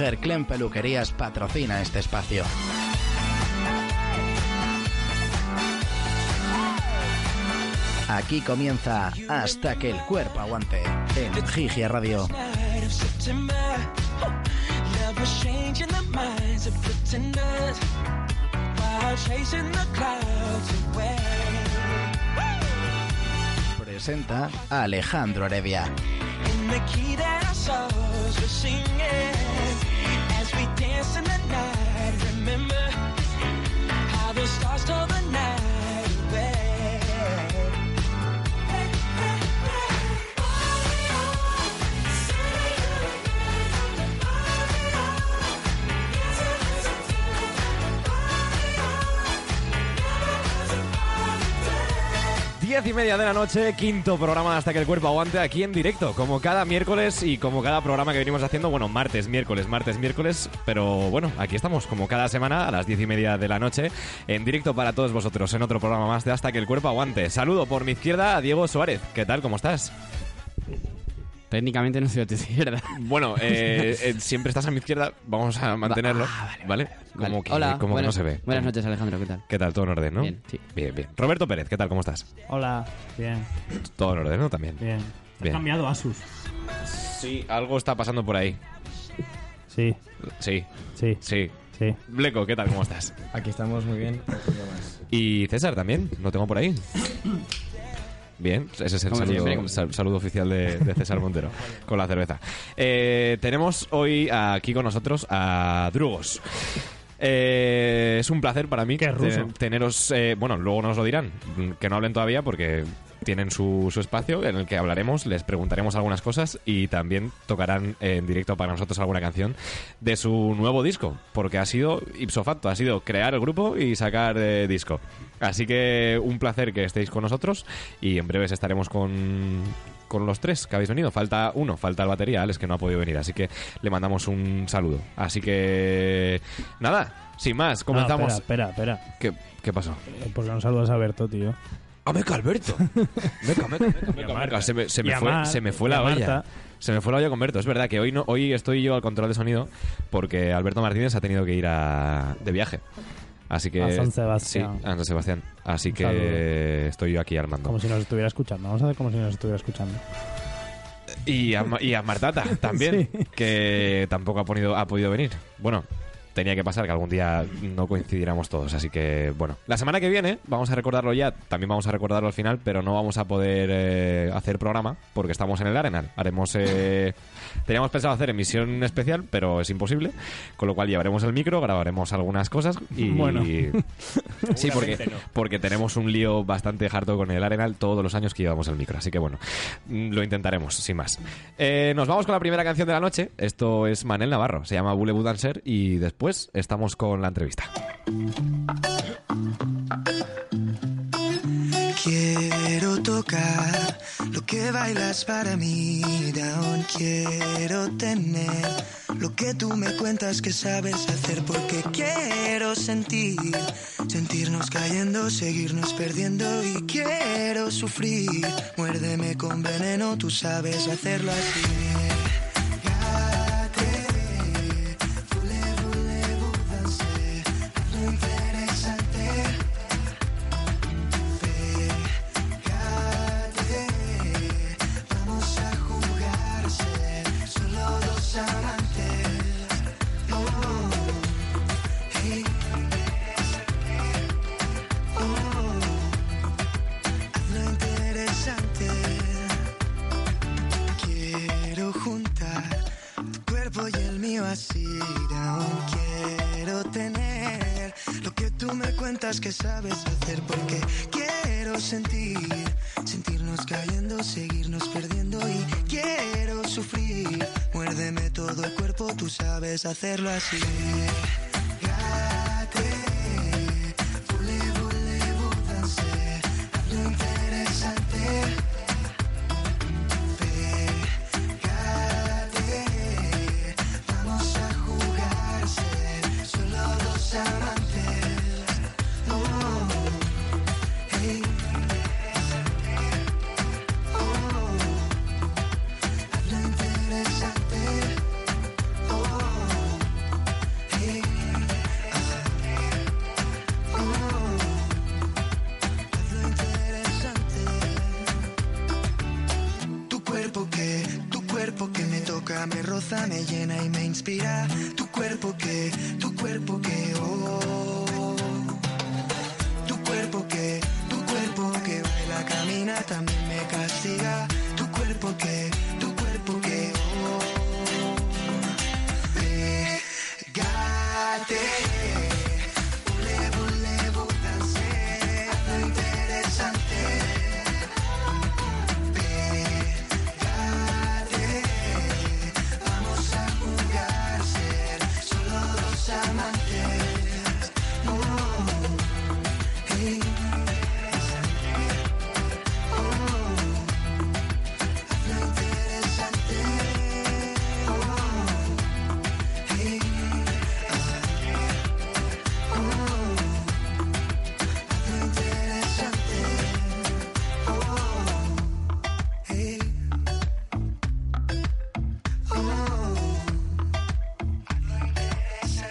Herclen Peluquerías patrocina este espacio. Aquí comienza Hasta que el cuerpo aguante en Gigia Radio. Presenta a Alejandro Heredia. Diez y media de la noche, quinto programa de Hasta que el cuerpo aguante aquí en directo, como cada miércoles y como cada programa que venimos haciendo, bueno, martes, miércoles, martes, miércoles, pero bueno, aquí estamos como cada semana a las diez y media de la noche en directo para todos vosotros en otro programa más de Hasta que el cuerpo aguante. Saludo por mi izquierda a Diego Suárez, ¿qué tal? ¿Cómo estás? Técnicamente no soy de tu izquierda. Bueno, eh, eh, siempre estás a mi izquierda, vamos a mantenerlo, ¿vale? Como ah, Vale. que, Hola, como que buenas- no se ve. Buenas noches, Alejandro, ¿qué tal? ¿Qué tal? ¿Todo en orden, no? Bien, sí. bien, bien. Roberto Pérez, ¿qué tal? ¿Cómo estás? Hola, bien, Todo en orden, ¿no? También. bien. Te Bien. has cambiado Asus. Sí, algo está pasando por ahí. Sí, Sí, sí, sí. sí. Bleco, ¿qué tal? ¿Cómo estás? Aquí estamos muy bien. otro día más. Y César también, lo tengo por ahí. Bien, ese es el Como siempre, saludo, como sal- saludo oficial de, de César Montero con la cerveza. Eh, tenemos hoy aquí con nosotros a Drugos. Eh, es un placer para mí Qué ruso. te- teneros. eh, bueno, luego nos lo dirán, mm, que no hablen todavía porque tienen su, su espacio en el que hablaremos, les preguntaremos algunas cosas y también tocarán en directo para nosotros alguna canción de su nuevo disco, porque ha sido ipso facto, ha sido crear el grupo y sacar eh, disco. Así que un placer que estéis con nosotros y en breves estaremos con, con los tres que habéis venido. Falta uno, falta el batería, Alex, que no ha podido venir, así que le mandamos un saludo. Así que nada, sin más, comenzamos. No, espera, espera, espera. ¿Qué, qué pasó? Eh, ¿Por qué no saludas a Berto, tío? ¡Ah, meca, Alberto! ¡Meca, meca, meca, meca, meca! Se me, se Y me a fue, Mar- se me fue y a la olla. Marta. Se me fue la olla con Berto. Es verdad que hoy, no, hoy estoy yo al control de sonido porque Alberto Martínez ha tenido que ir a, de viaje. Así que... A San Sebastián. Sí, a San Sebastián. Así Un que saludo. estoy yo aquí al mando. Como si nos estuviera escuchando. Vamos a hacer como si nos estuviera escuchando. Y a, Ma- y a Martata también, Sí. que tampoco ha, ponido, ha podido venir. Bueno, tenía que pasar que algún día no coincidiéramos todos, así que bueno. La semana que viene, vamos a recordarlo ya, también vamos a recordarlo al final, pero no vamos a poder eh, hacer programa porque estamos en el Arenal. Haremos. eh, teníamos pensado hacer emisión especial, pero es imposible, con lo cual llevaremos el micro, grabaremos algunas cosas y. Bueno. Sí, porque, porque tenemos un lío bastante harto con el Arenal todos los años que llevamos el micro. Así que bueno, mm, lo intentaremos, sin más. Eh, nos vamos con la primera canción de la noche. Esto es Manel Navarro, se llama Boulevard Dancer y después estamos con la entrevista. Quiero tocar lo que bailas para mí, down. Quiero tener lo que tú me cuentas que sabes hacer, porque quiero sentir, sentirnos cayendo, seguirnos perdiendo y quiero sufrir. Muérdeme con veneno, tú sabes hacerlo así. Gáteme, vole, vole, vole, hazlo interesante. Vamos a jugarse, solo dos amantes. Oh, hey. Oh, hazlo interesante. Quiero juntar tu cuerpo y el mío así. Aún quiero tener lo que tú me cuentas que sabes hacer. Porque quiero sentir, sentirnos cayendo, seguirnos perdiendo. Y quiero sufrir. Muérdeme todo el cuerpo, tú sabes hacerlo así. Gate, vole, vole, búdanse, hazlo interesante. Pégate, vamos a jugarse, solo dos amantes. Oh, hey. Oh, hazlo interesante. Oh. toca, me roza, me llena y me inspira. Tu cuerpo que, tu cuerpo que, oh. Tu cuerpo que, tu cuerpo que baila, camina, también me castiga. Tu cuerpo que, tu cuerpo que, oh. Pégate. Ole, ole, bótase, lo interesante. Pégate. Vamos a jugar ser solo dos amantes. Oh, interesante. Oh, lo interesante. Oh. Hey, oh, hazlo interesante, oh, hey, oh, hazlo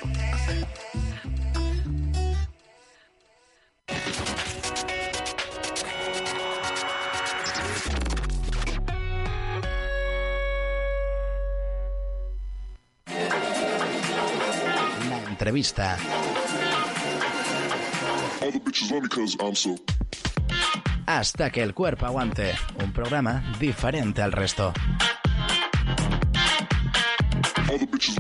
interesante. La entrevista. All the bitches love me cause I'm so. Hasta que el cuerpo aguante. Un programa diferente al resto. All the bitches.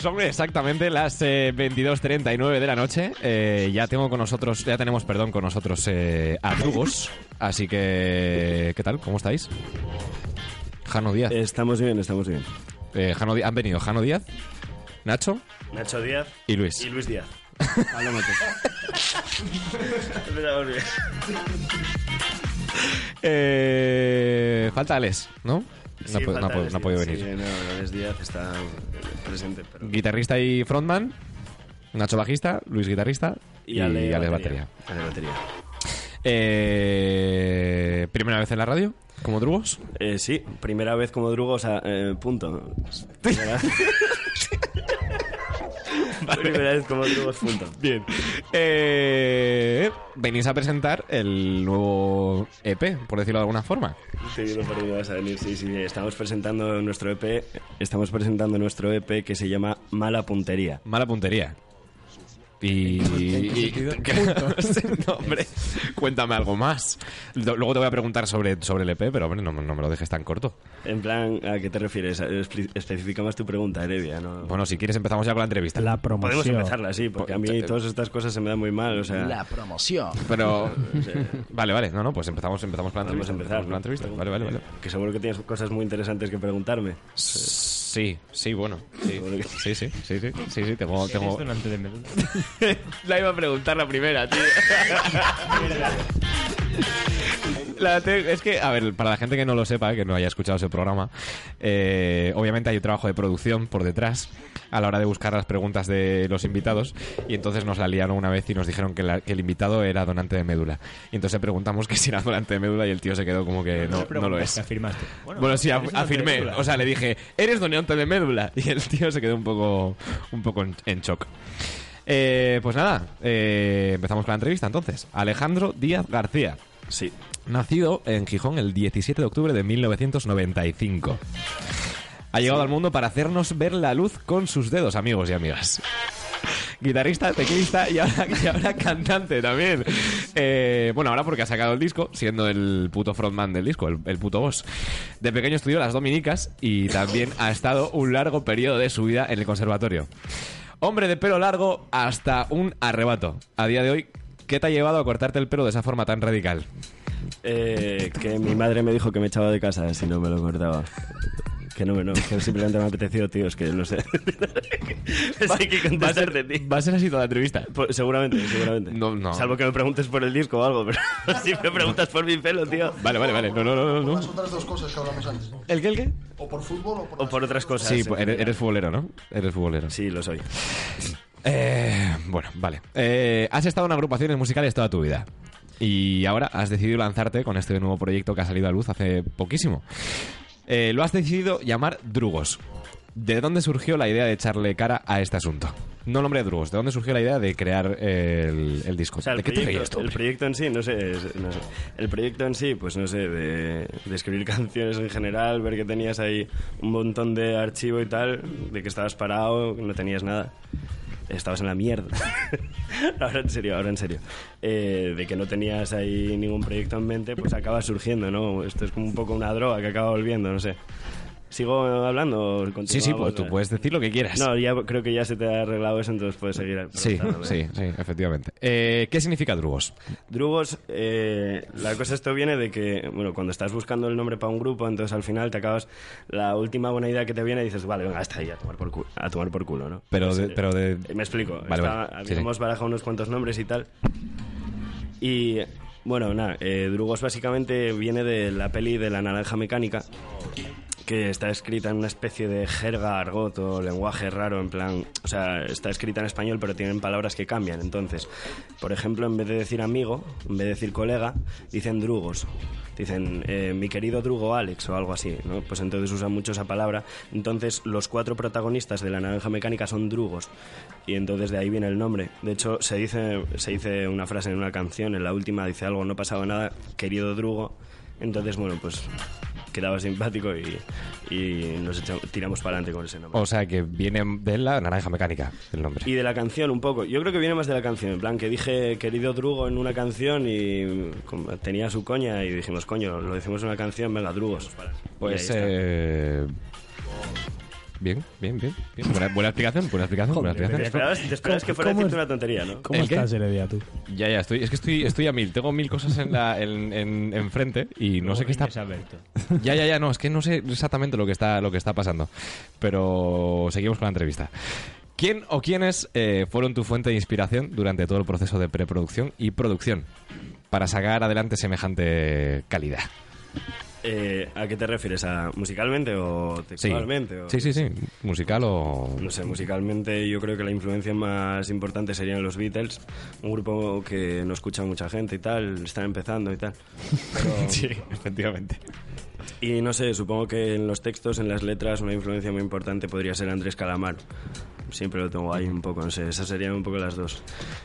Son exactamente las eh, 22.39 de la noche. Eh, ya tengo con nosotros, ya tenemos, perdón, con nosotros eh, a Drugos. Así que, ¿qué tal? ¿Cómo estáis? Jano Díaz. Estamos bien, estamos bien. Eh, Jano Di- han venido Jano Díaz, Nacho Nacho Díaz y Luis. y Luis Díaz. Empezamos bien. Eh, falta Alex, ¿no? Sí, No, ha po- no falta ha po- Alex no ha podido Díaz, venir. Sí, no, Luis Díaz está eh, presente, pero... Guitarrista y frontman. Nacho bajista, Luis guitarrista y, Ale Alex batería. Ale batería. Eh, Primera vez en la radio, como Drugos. Eh, sí, primera vez como drugo, o sea, eh, punto. Primera, primera vez como drugos, punto. Bien. Eh, venís a presentar el nuevo EP, por decirlo de alguna forma. Sí, no, pero vas a venir, sí, sí, estamos presentando nuestro EP, estamos presentando nuestro EP que se llama Mala Puntería. Mala puntería. Y. y- Sí, no, hombre, cuéntame algo más. Lo- Luego te voy a preguntar sobre, sobre el EP, pero hombre, no, me- no me lo dejes tan corto. En plan, ¿a qué te refieres? Espli- Especifica más tu pregunta, Heredia, ¿no? Bueno, si quieres empezamos ya con la entrevista. La promoción. Podemos empezarla, sí, porque a mí todas estas cosas se me dan muy mal, o sea... La promoción. Pero. vale, vale. No, no, pues empezamos, empezamos con la Vamos entrevista. a empezar. con la entrevista. Vale, vale, vale. Que seguro que tienes cosas muy interesantes que preguntarme. Sí, sí, bueno. Sí, sí, sí, sí, sí, sí, sí, tengo- tengo, donante de médula. La iba a preguntar la primera, tío. La te- es que, a ver, para la gente que no lo sepa, que no haya escuchado ese programa, eh, obviamente hay un trabajo de producción por detrás a la hora de buscar las preguntas de los invitados y entonces nos la liaron una vez y nos dijeron que, la- que el invitado era donante de médula. Y entonces preguntamos que si era donante de médula y el tío se quedó como que no, no lo es. afirmaste. Bueno, sí, af- eres donante de afirmé. médula. O sea, le dije, eres donante de médula. Y el tío se quedó un poco, un poco en, en shock. Eh, pues nada, eh, empezamos con la entrevista entonces. Alejandro Díaz García, Sí. nacido en Gijón el 17 de octubre de 1995. Ha llegado al mundo para hacernos ver la luz con sus dedos, amigos y amigas. Guitarrista, teclista y ahora, y ahora cantante también. Eh, bueno, ahora porque ha sacado el disco, siendo el puto frontman del disco, el, el puto boss. De pequeño estudió las dominicas y también ha estado un largo periodo de su vida en el conservatorio. Hombre de pelo largo hasta un arrebato. A día de hoy, ¿qué te ha llevado a cortarte el pelo de esa forma tan radical? Eh, que mi madre me dijo que me echaba de casa si no me lo cortaba. Que no, no, que simplemente me ha apetecido, tío, es que no sé. Hay que contestarte, tío. Va a ser así toda la entrevista. Pues seguramente, seguramente. No, no. Salvo que me preguntes por el disco o algo, pero si me preguntas por mi pelo, tío. Vale, vale, vale. No, no, no, no, Las no. otras dos cosas que hablamos antes. ¿El qué, el qué? O por fútbol o por... O por otras cosas. Sí, en pues eres, general. eres futbolero, ¿no? Eres futbolero. Sí, lo soy. Eh, bueno, vale. Eh, has estado en agrupaciones musicales toda tu vida. Y ahora has decidido lanzarte con este nuevo proyecto que ha salido a luz hace poquísimo. Eh, lo has decidido llamar Drugos. ¿De dónde surgió la idea de echarle cara a este asunto? No nombre de Drugos, ¿de dónde surgió la idea de crear eh, el, el disco? O sea, el, ¿De qué te reías proyecto, tú? el hombre? proyecto en sí, no sé, es- no sé. El proyecto en sí, pues no sé, de, de escribir canciones en general, ver que tenías ahí un montón de archivo y tal, de que estabas parado, que no tenías nada. Estabas en la mierda. ahora en serio, ahora en serio. Eh, de que no tenías ahí ningún proyecto en mente, pues acaba surgiendo, ¿no? Esto es como un poco una droga que acaba volviendo, no sé. ¿Sigo hablando? o Sí, sí, pues continuamos? tú puedes decir lo que quieras. No, ya creo que ya se te ha arreglado eso, entonces puedes seguir. sí, preguntándome. sí, sí, efectivamente. Eh, ¿Qué significa Drugos? Drugos, eh, la cosa esto viene de que, bueno, cuando estás buscando el nombre para un grupo, entonces al final te acabas la última buena idea que te viene y dices, vale, venga, hasta ahí, a tomar por culo, a tomar por culo ¿no? Pero Entonces, de- pero de- eh, Me explico. Vale, Estaba- vale, sí, sí. Habíamos barajado unos cuantos nombres y tal. Y, bueno, nada, eh, Drugos básicamente viene de la peli de la naranja mecánica, que está escrita en una especie de jerga, argot o lenguaje raro, en plan, o sea, está escrita en español pero tienen palabras que cambian. Entonces, por ejemplo, en vez de decir amigo, en vez de decir colega, dicen drugos. Dicen, eh, mi querido drugo Alex o algo así, ¿no? Pues entonces usan mucho esa palabra. Entonces, los cuatro protagonistas de la naranja mecánica son drugos. Y entonces de ahí viene el nombre. De hecho, se dice, se dice una frase en una canción, en la última dice algo, no pasaba nada, querido drugo. Entonces, bueno, pues quedaba simpático y, y nos echa- tiramos para adelante con ese nombre. O sea, que viene de la naranja mecánica, el nombre. Y de la canción un poco. Yo creo que viene más de la canción. En plan, que dije querido Drugo en una canción y como tenía su coña y dijimos, coño, lo decimos en una canción, venga, Drugos. Pues, Y ahí está. eh... Bien, bien, bien. bien. Buena, buena explicación, buena explicación, buena Te explicación. esperabas, te esperabas que fuera a ¿Cómo decirte es? una tontería, ¿no? ¿Cómo ¿El qué? estás, Heredia, tú? Ya, ya, estoy, es que estoy, estoy a mil. Tengo mil cosas en la, en, en- enfrente y no sé qué está. Alberto. Ya, ya, ya, no, es que no sé exactamente lo que está, lo que está pasando. Pero seguimos con la entrevista. ¿Quién o quiénes eh, fueron tu fuente de inspiración durante todo el proceso de preproducción y producción para sacar adelante semejante calidad? Eh, ¿A qué te refieres? ¿A musicalmente o Sí. textualmente? o- sí, sí, sí. Musical o. No sé, musicalmente yo creo que la influencia más importante serían los Beatles, un grupo que no escucha mucha gente y tal, están empezando y tal. Sí, efectivamente. Y no sé, supongo que en los textos, en las letras, una influencia muy importante podría ser Andrés Calamar. Siempre lo tengo ahí un poco, no sé, esas serían un poco las dos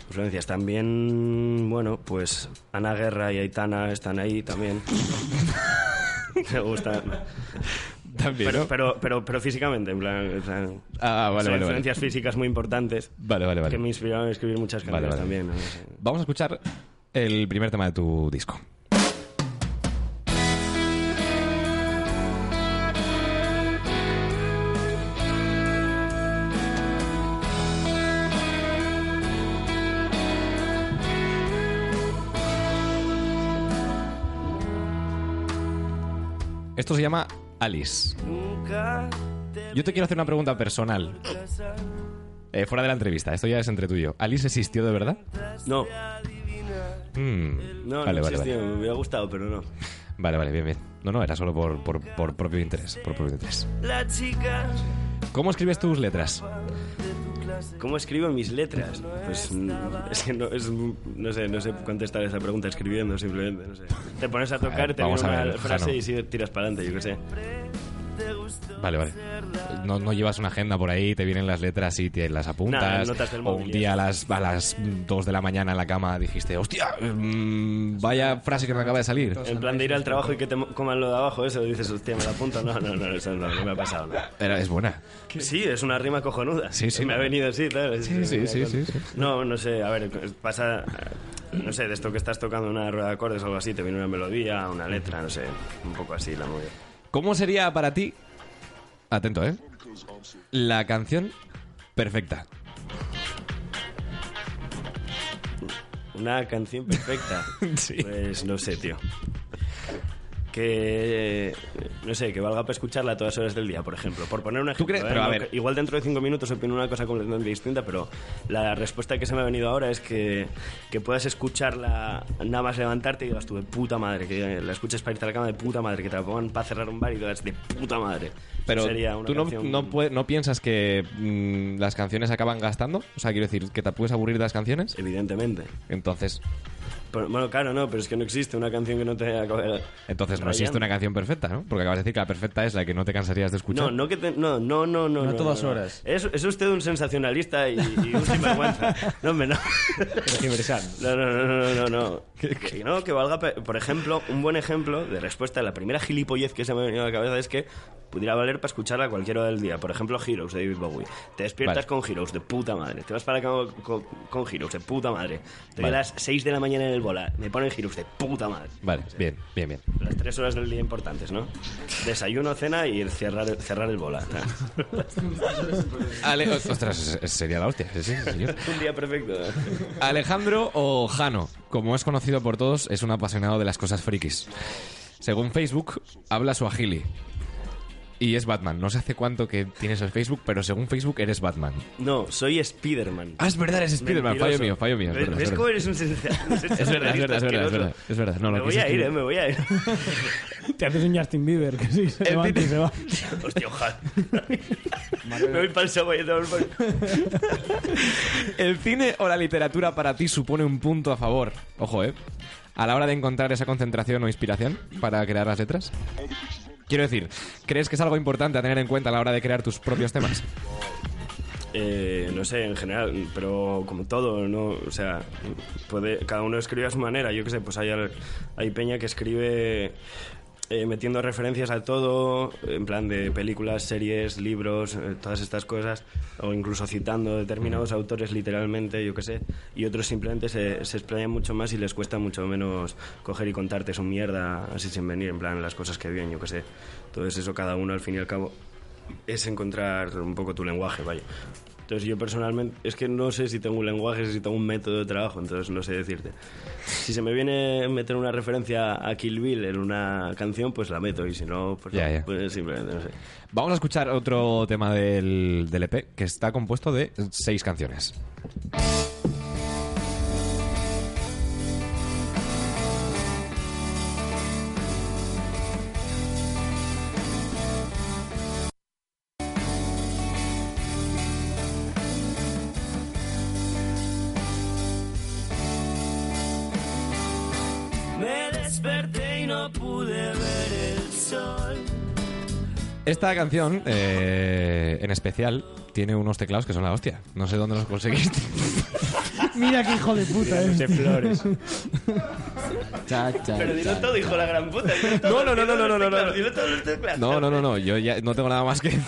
influencias. También, bueno, pues Ana Guerra y Aitana están ahí también. Me gusta. También. Pero, ¿no? pero, pero, pero físicamente, en plan. en plan, ah, vale, son vale, vale. influencias físicas muy importantes Vale, vale, vale. que me inspiraron a escribir muchas Vale, canciones vale. también. ¿no? No sé. Vamos a escuchar el primer tema de tu disco. Esto se llama Alice. Yo te quiero hacer una pregunta personal. Eh, fuera de la entrevista, esto ya es entre tú y yo. ¿Alice existió de verdad? No, Mm, no, vale, no vale, existió, vale. me hubiera gustado, pero no. Vale, vale, bien, bien. No, no, era solo por, por, por propio interés. Por propio interés. ¿Cómo escribes tus letras? ¿Cómo escribo mis letras? Pues mm, es que no, es, mm, no sé, no sé contestar esa pregunta escribiendo simplemente, no sé. Te pones a tocar, te vamos viene a una ver, frase Jano. y sí, tiras para adelante, yo qué sé. Vale, vale. No, no llevas una agenda por ahí, te vienen las letras y te las apuntas. Nada, notas del o móvil un y día a las, a las 2 de la mañana en la cama dijiste, hostia, mm, vaya frase que me acaba de salir. En plan de ir al trabajo y que te mo- coman lo de abajo, eso dices, hostia, me la apunto. No, no, no, eso no, no me ha pasado. no. Era- es buena. Sí, es una rima cojonuda. Sí, sí. Me ha venido así, ¿sabes? Sí, sí, sí, sí, sí. No, no sé, a ver, pasa, no sé, de esto que estás tocando una rueda de acordes o algo así, te viene una melodía, una letra, no sé, un poco así la movida. ¿Cómo sería para ti, atento, eh, la canción perfecta? Una canción perfecta. Sí. Pues no sé, tío. Que, eh, no sé, que valga para escucharla a todas horas del día, por ejemplo. Por poner un ejemplo. crees? ¿eh? Pero, a No, ver. que- Igual dentro de cinco minutos opino una cosa completamente distinta, pero la respuesta que se me ha venido ahora es que, que puedas escucharla nada más levantarte y digas tú de puta madre, que la escuches para irte a la cama de puta madre, que te la pongan para cerrar un bar y digas de puta madre. Pero Sería una tú no, canción- no, pue- no piensas que mm, las canciones acaban gastando. O sea, quiero decir, que te puedes aburrir de las canciones. Evidentemente. Entonces, Pero, bueno, claro, no, pero es que no existe una canción que no te acabe Entonces no existe rayando. una canción perfecta, ¿no? Porque acabas de decir que la perfecta es la que no te cansarías de escuchar. No, no que te- no, no, no, no. No a todas horas. Es, es usted un sensacionalista y, y un sinvergüenza. No, hombre, no. No, no, no, no, no, no. Que no, que valga... pe- Por ejemplo, un buen ejemplo de respuesta a la primera gilipollez que se me ha venido a la cabeza es que pudiera valer para escucharla a cualquier hora del día. Por ejemplo, Heroes de David Bowie. Te despiertas Vale. con Heroes de puta madre. Te vas para la cama con, con Heroes de puta madre. Te Vale. a las 6 de la mañana en el bola. Me ponen Heroes de puta madre. Vale, bien, bien, bien. Las tres horas del día importantes, ¿no? Desayuno, cena y el cerrar, cerrar el bola. Ale- ostras, es- es- sería la hostia. sí, sí, señor. Un día perfecto. ¿eh? Alejandro o Jano, como es conocido por todos, es un apasionado de las cosas frikis. Según Facebook, habla su agili. Y es Batman. No sé hace cuánto que tienes el Facebook, pero según Facebook eres Batman. No, soy Spiderman. Ah, es verdad, es Spiderman. Mentiroso. Fallo mío, fallo mío. Es ¿Ves, verdad, ves es cómo verdad. eres un sensacionalista? Es verdad, es verdad, es verdad, es verdad, es verdad. No, lo me voy quise a ir, escribir. eh, me voy a ir. Te haces un Justin Bieber que sí se levanta y se va. Hostia, ojalá. me voy para el sábado y todo el- ¿El cine o la literatura para ti supone un punto a favor? Ojo, ¿eh? A la hora de encontrar esa concentración o inspiración para crear las letras. Quiero decir, ¿crees que es algo importante a tener en cuenta a la hora de crear tus propios temas? Eh, no sé, en general, pero como todo, ¿no? O sea, puede, cada uno escribe a su manera. Yo qué sé, pues hay, al- hay peña que escribe eh, metiendo referencias a todo, en plan de películas, series, libros, eh, todas estas cosas, o incluso citando determinados autores literalmente, yo qué sé. Y otros simplemente se, se explayan mucho más y les cuesta mucho menos coger y contarte su mierda así sin venir, en plan las cosas que viven, yo qué sé. Entonces eso cada uno al fin y al cabo es encontrar un poco tu lenguaje, vaya. Entonces yo personalmente, es que no sé si tengo un lenguaje, si tengo un método de trabajo, entonces no sé decirte. Si se me viene meter una referencia a Kill Bill en una canción, pues la meto, y si no, pues, no, Ya, ya. pues simplemente no sé. Vamos a escuchar otro tema del, del EP que está compuesto de seis canciones. Me desperté y no pude ver el sol. Esta canción, eh, en especial, tiene unos teclados que son la hostia. No sé dónde los conseguiste. Mira qué hijo de puta es. flores. Pero dilo todo, hijo de la gran puta. dilo todo, No, no, no, dilo no, no, los no, no, teclados, no. Dilo todos los teclados. No, no, no, no. Yo ya no tengo nada más que decir.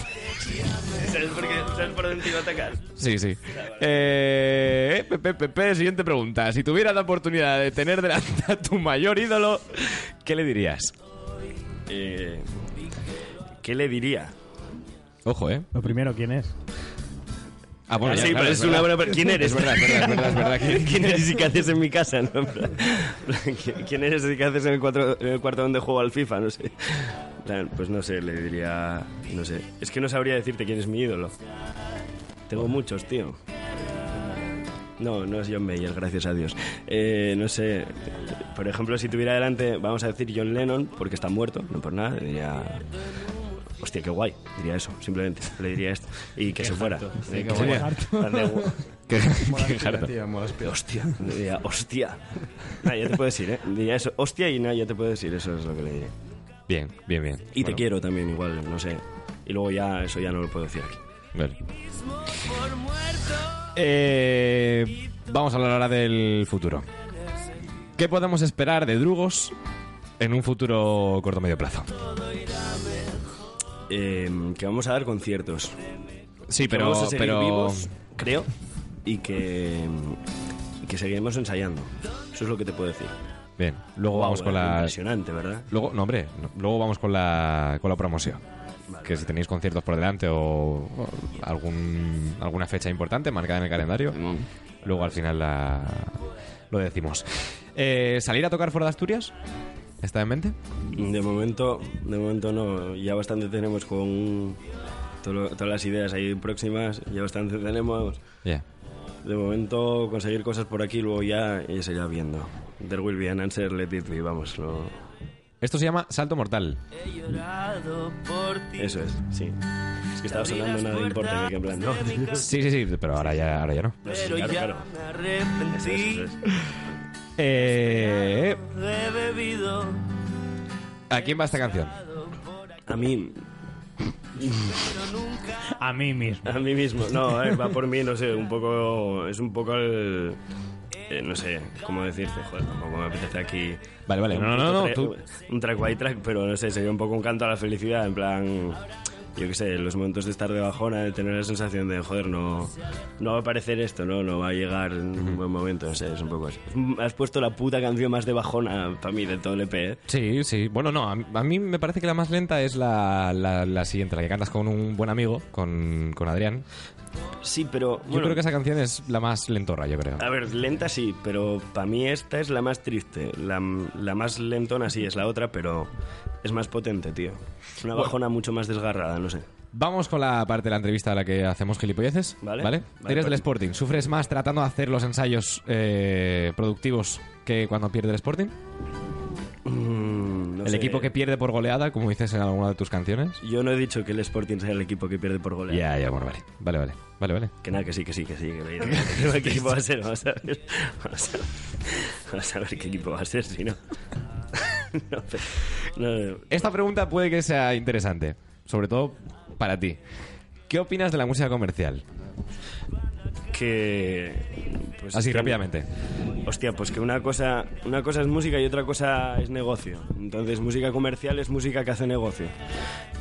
¿Sabes por, qué? ¿Sabes por dónde te iba a atacar? Sí, sí. Eh, pe, pe, pe, siguiente pregunta. Si tuvieras la oportunidad de tener delante a tu mayor ídolo, ¿qué le dirías? Eh, ¿Qué le diría? Ojo, ¿eh? Lo primero, ¿quién es? Ah, Ah, bueno, ya, sí, claro, pero es es una verdad. buena pre- ¿Quién eres? Es verdad, es verdad, es verdad, es verdad. ¿Quién- ¿Quién eres y qué haces en mi casa? ¿no? En plan, ¿qui- ¿Quién eres y qué haces en el, cuatro- en el cuarto donde juego al FIFA? No sé. En plan, Pues no sé, le diría... No sé. Es que no sabría decirte quién es mi ídolo. Tengo muchos, tío. No, no es John Mayer, gracias a Dios. Eh, no sé, por ejemplo, si tuviera delante, vamos a decir John Lennon, porque está muerto, no por nada, diría... Hostia, qué guay, diría eso, simplemente, le diría esto. Y que se fuera. Eh, que se fuera. Dale, gu- ¿Qué- qué Mola, jarto? tío, mola. Hostia, diría, hostia. Nah, ya te puedo decir, ¿eh? Diría eso, hostia y nada, ya te puedo decir, eso es lo que le diré. Bien, bien, bien. Y te Bueno, quiero también, igual, no sé. Y luego ya, eso ya no lo puedo decir aquí. Vale. Eh, vamos a hablar ahora del futuro. ¿Qué podemos esperar de Drugos en un futuro corto medio plazo? Eh, que vamos a dar conciertos. Sí, Que pero vamos a seguir pero vivos, creo, y que, y que seguiremos ensayando. Eso es lo que te puedo decir. bien. Luego Guau, vamos con eh, la Impresionante, ¿verdad? luego no hombre, no, luego vamos con la con la promoción. que si tenéis conciertos por delante o, o algún alguna fecha importante marcada en el calendario, luego al final la, lo decimos. Eh, Salir a tocar fuera de Asturias. ¿Está en mente? De momento, de momento no. Ya bastante tenemos con todo lo- todas las ideas ahí próximas. Ya bastante tenemos. Ya. De momento conseguir cosas por aquí, luego ya, ya se irá viendo. There will be an answer, let it be, vamos. no- Esto se llama Salto Mortal. Eso es, sí. Es que estaba sonando nada de importa, que en plan, no. Sí, sí, sí, pero ahora ya, ahora ya no. Pero claro, claro. Eso es, eso es. Eh, He bebido. ¿A quién va esta canción? A mí, A mí mismo. a mí mismo. No, a ver, va por mí, no sé, un poco. Es un poco el. eh, no sé, ¿cómo decirte? Joder, tampoco me apetece aquí. Vale, vale, un no, no, puto no, tra- tú- Un track by track, pero no sé, sería un poco un canto a la felicidad, en plan. Yo qué sé, los momentos de estar de bajona, de tener la sensación de, joder, no, no va a aparecer esto, ¿no? No va a llegar en un buen momento, no sé, es un poco así. Has puesto la puta canción más de bajona para mí de todo el EP, ¿eh? Sí, sí. Bueno, no, a, a mí me parece que la más lenta es la, la, la siguiente, la que cantas con un buen amigo, con, con Adrián. Sí, pero. Yo bueno, creo que esa canción es la más lentorra, yo creo. A ver, lenta sí, pero para mí esta es la más triste. La, la más lentona sí es la otra, pero es más potente, tío. Es una bajona mucho más desgarrada, no sé. Vamos con la parte de la entrevista a la que hacemos gilipolleces. Vale. ¿Vale? Vale, Eres del pues- Sporting. ¿Sufres más tratando de hacer los ensayos eh, productivos que cuando pierde el Sporting? Mm, no el sé. equipo que pierde por goleada, como dices en alguna de tus canciones. Yo no he dicho que el Sporting sea el equipo que pierde por goleada. Ya, ya, bueno, vale. Vale, vale. Vale, vale. Que nada, que sí, que sí, que sí. Que la idea- que el equipo va a ser, vamos a ver. Vamos a ver, vamos a ver qué equipo va a ser, si no. No, pero- no, no. Esta pregunta puede que sea interesante, sobre todo para ti. ¿Qué opinas de la música comercial? que pues, Así que- rápidamente. Hostia, pues que una cosa, una cosa es música y otra cosa es negocio. Entonces, música comercial es música que hace negocio.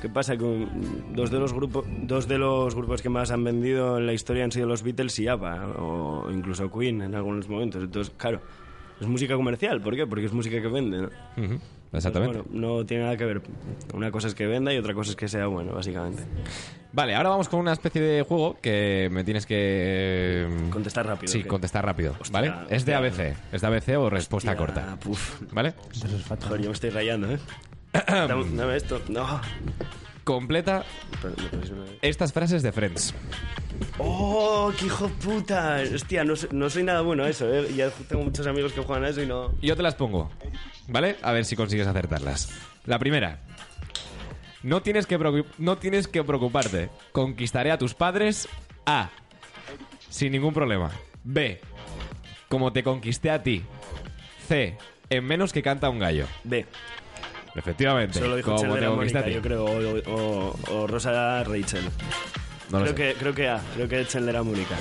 ¿Qué pasa? Que un- dos de los grupos, dos de los grupos que más han vendido en la historia han sido los Beatles y ABBA o incluso Queen en algunos momentos. Entonces, claro, es música comercial, ¿por qué? Porque es música que vende, ¿no? Ujú, Exactamente. Entonces, bueno, no tiene nada que ver. Una cosa es que venda y otra cosa es que sea bueno, básicamente. Vale, ahora vamos con una especie de juego que me tienes que... eh, Contestar rápido. Sí, ¿ok? contestar rápido, Hostia, ¿vale? Es de hostia. ABC, es de ABC o respuesta Hostia, corta, puf. ¿vale? Joder, yo me estoy rayando, ¿eh? dame, dame esto. No. Completa Pero, no, pero es una- estas frases de Friends. ¡Oh, qué hijo puta! Hostia, no, soy- no soy nada bueno a eso, ¿eh? Ya tengo muchos amigos que juegan a eso y no... Yo te las pongo, ¿vale? A ver si consigues acertarlas. La primera. No tienes que, preocu- no tienes que preocuparte. Conquistaré a tus padres. A. Sin ningún problema. B. Como te conquisté a ti. C. En menos que canta un gallo. B. Efectivamente. Solo dijo como Chandler te a conquisté a Mónica, ti. yo creo, o, o- o Rosa Rachel. No lo creo, sé. que, creo que A, creo que Chandler a Mónica.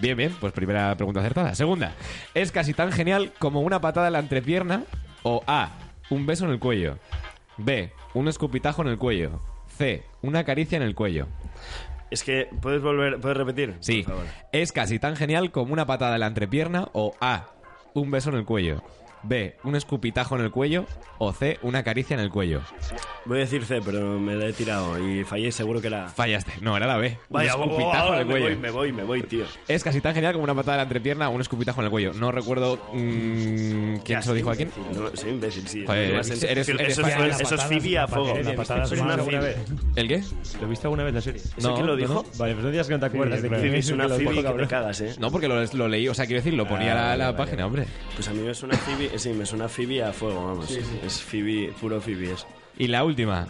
Bien, bien, pues primera pregunta acertada. Segunda, ¿es casi tan genial como una patada en la entrepierna? O A, un beso en el cuello. B, un escupitajo en el cuello. C, una caricia en el cuello. Es que, ¿puedes volver, puedes repetir? Sí, Por favor. es casi tan genial como una patada en la entrepierna. O A, un beso en el cuello. B, un escupitajo en el cuello. O C, una caricia en el cuello. Voy a decir C, pero me la he tirado y fallé, seguro que la... A. Fallaste. No, era la B. Vaya, un bo- bo- escupitajo en ahora el me cuello. voy, me voy, me voy, tío. Es casi tan genial como una patada en la entrepierna o un escupitajo en el cuello. No recuerdo mm, quién Ya, se lo sí, dijo a quién. imbécil. No, soy imbécil, sí. Joder, Más eres- sen- eres- sí, eres eso, es- fan de las eso es Phoebe a fuego. La patada Es es una una Phoebe. vez. ¿El qué? ¿Lo viste alguna vez la serie? ¿Eso quién lo dijo? Vale, pero no digas que no te acuerdas de Phoebe que es una que lo Phoebe dijo, que te cabrón. cagas, ¿eh? No, porque lo, lo leí, o sea, quiero decir, lo ponía la, la página, hombre. Pues a mí me suena Phoebe, sí, me suena Phoebe a fuego, vamos. Es Phoebe, puro Phoebe es. Y la última.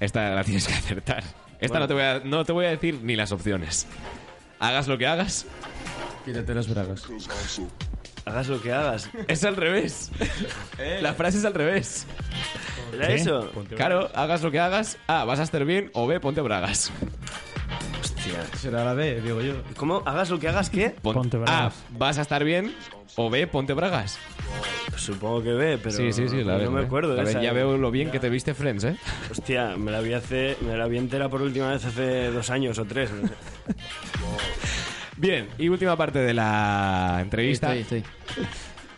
Esta la tienes que acertar. Esta no, te voy a, no te voy a decir ni las opciones. Hagas lo que hagas. Quítate los brazos. Because I'm so. Hagas lo que hagas. Eh. Es al revés. La frase es al revés. ¿Era eso? Claro, hagas lo que hagas. A, vas a estar bien. O B, ponte bragas. Hostia. Será la B, digo yo. ¿Cómo? ¿Hagas lo que hagas qué? Pon- Ponte bragas. A, vas a estar bien. O B, ponte bragas. Pues supongo que ve, pero sí, sí, sí, la no vez, me ¿eh? acuerdo. La de vez esa, ya ¿eh? veo lo bien que te viste Friends, ¿eh? Hostia, me la, vi hace, me la vi entera por última vez hace dos años o tres. no sé. Bien, y última parte de la entrevista. Estoy, estoy.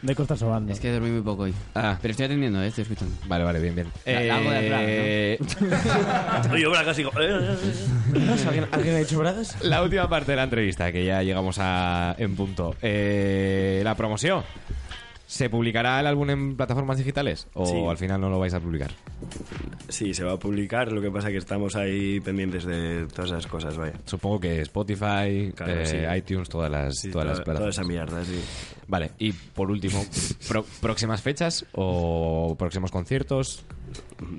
De Costa Sobando. Es que dormí muy poco hoy. Ah. Pero estoy atendiendo, eh, estoy escuchando. Vale, vale, bien, bien. La- la hago de atrás, ¿no? Eh, Y yo casi digo... "Eh". ¿Alguien, ¿Alguien ha dicho bragas? La última parte de la entrevista, que ya llegamos a en punto. Eh, la promoción. ¿Se publicará el álbum en plataformas digitales? ¿O Sí. al final no lo vais a publicar? Sí, se va a publicar, lo que pasa que estamos ahí pendientes de todas esas cosas, vaya. Supongo que Spotify, Claro, eh, sí. iTunes, todas las, Sí, todas las toda, toda plataformas. esa mierda, sí. Vale, y por último, pro- próximas fechas o próximos conciertos,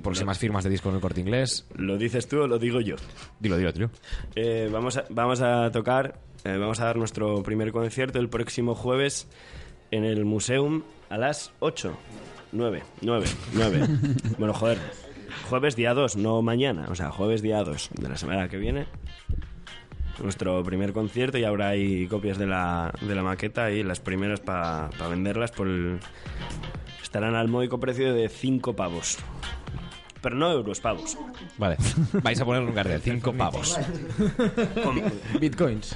próximas firmas de disco en el corte inglés. ¿Lo dices tú o lo digo yo? Dilo, dilo, tío. Eh, vamos, a, vamos a tocar, eh, vamos a dar nuestro primer concierto el próximo jueves en el Museum a las 8. 9, 9, 9. bueno, joder. Jueves día 2, no mañana. O sea, jueves día 2 de la semana que viene. Nuestro primer concierto y habrá ahí copias de la, de la maqueta y las primeras para venderlas por el- Estarán al módico precio de 5 pavos. Pero no euros, pavos. Vale. Vais a poner un lugar de 5 pavos. Bitcoins.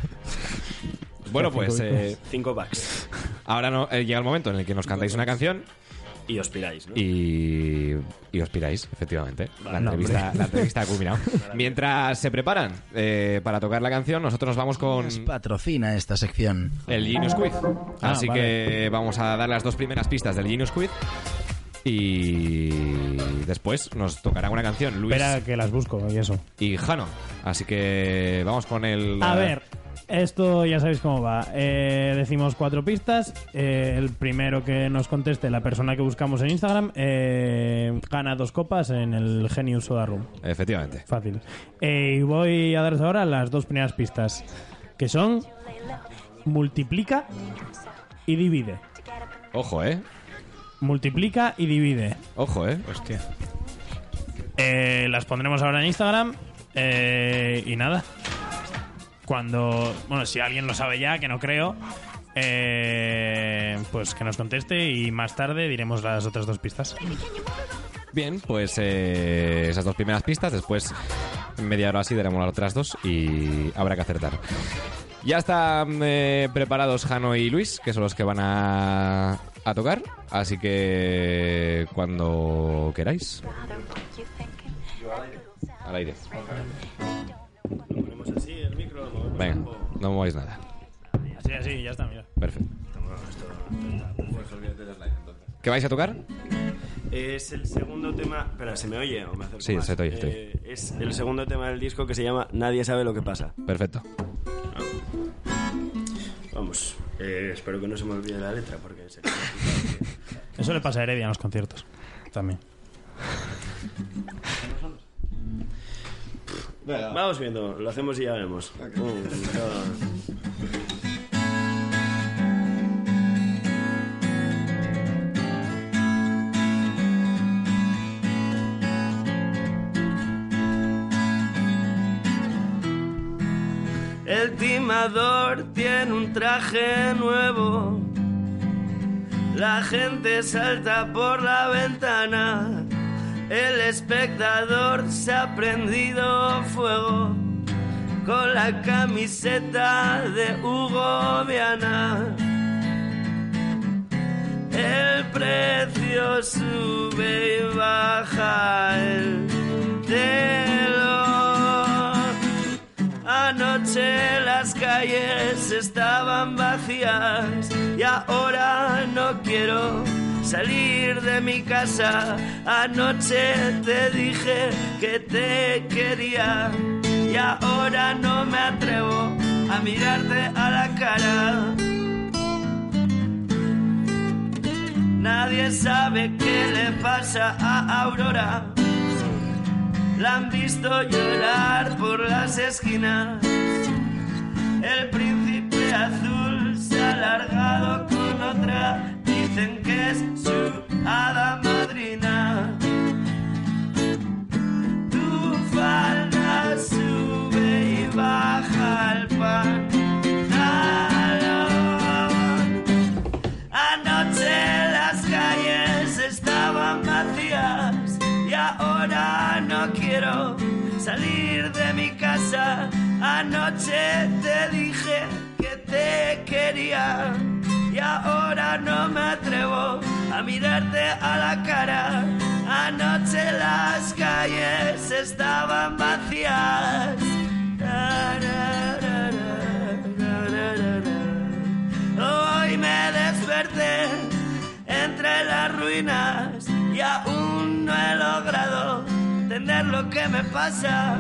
Bueno, pues eh, 5 bucks. ahora no, eh, llega el momento en el que nos cantáis una canción Y os piráis, ¿no? y, y os piráis, efectivamente. La no, entrevista, la entrevista ha culminado. Mientras se preparan eh, para tocar la canción, nosotros nos vamos con Nos patrocina esta sección. el Genius Quiz. Ah, Así vale. que vamos a dar las dos primeras pistas del Genius Quiz. Y después nos tocará una canción, Luis Espera que las busco y eso. y Jano. Así que vamos con el... A ver, esto ya sabéis cómo va. Eh, decimos cuatro pistas. Eh, el primero que nos conteste, la persona que buscamos en Instagram, eh, gana dos copas en el Genius Soda Room. Efectivamente. Fácil. Eh, y voy a daros ahora las dos primeras pistas, que son multiplica y divide. Ojo, ¿eh? Multiplica y divide. Ojo, ¿eh? Eh, las pondremos ahora en Instagram. eh, y nada. Cuando. Bueno, si alguien lo sabe ya, que no creo. eh, pues que nos conteste y más tarde diremos las otras dos pistas. Bien, pues eh, esas dos primeras pistas, después media hora así daremos las otras dos y habrá que acertar. Ya están eh, preparados Jano y Luis, que son los que van a, a tocar, así que cuando queráis. Al aire. Ponemos así el micro. Venga, no mováis nada. Así, así, ya está, mira. Perfecto. Pues ¿Qué vais a tocar? Es el segundo tema. Espera, ¿se me oye o me acerco Sí, más? se te oye, se Eh, te Es el segundo tema del disco que se llama Nadie sabe lo que pasa. Ah. Perfecto. Vamos. eh, espero que no se me olvide la letra porque se... Eso le pasa a Heredia en los conciertos. También. Vamos viendo, lo hacemos y ya vemos. Un, dos. El timador tiene un traje nuevo. La gente salta por la ventana. El espectador se ha prendido fuego con la camiseta de Hugo Viana. El precio sube y baja el telón. Anoche las calles estaban vacías y ahora no quiero salir de mi casa. Anoche te dije que te quería y ahora no me atrevo a mirarte a la cara. Nadie sabe qué le pasa a Aurora. La han visto llorar por las esquinas. El príncipe azul se ha alargado con otra. Dicen que es su hada madrina. Tu falda sube y baja el pantalón. Anoche las calles estaban vacías y ahora no quiero salir de mi casa. Anoche te dije que te quería y ahora no me atrevo a mirarte a la cara. Anoche las calles estaban vacías. Ra, ra, ra, ra, ra, ra, ra. Hoy me desperté entre las ruinas y aún no he logrado entender lo que me pasa.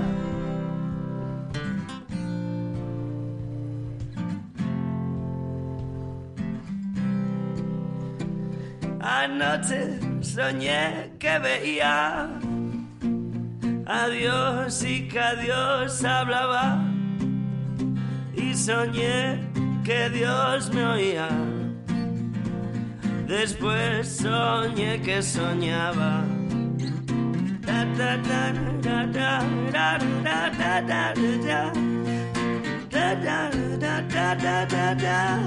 Anoche soñé que veía adiós y que adiós hablaba y soñé que Dios me oía. Después soñé que soñaba. Ta, ta, ta, ra, ra, ra, ra, ra, ra, ra, ra, ra, ra, ra, ra, ra, ra.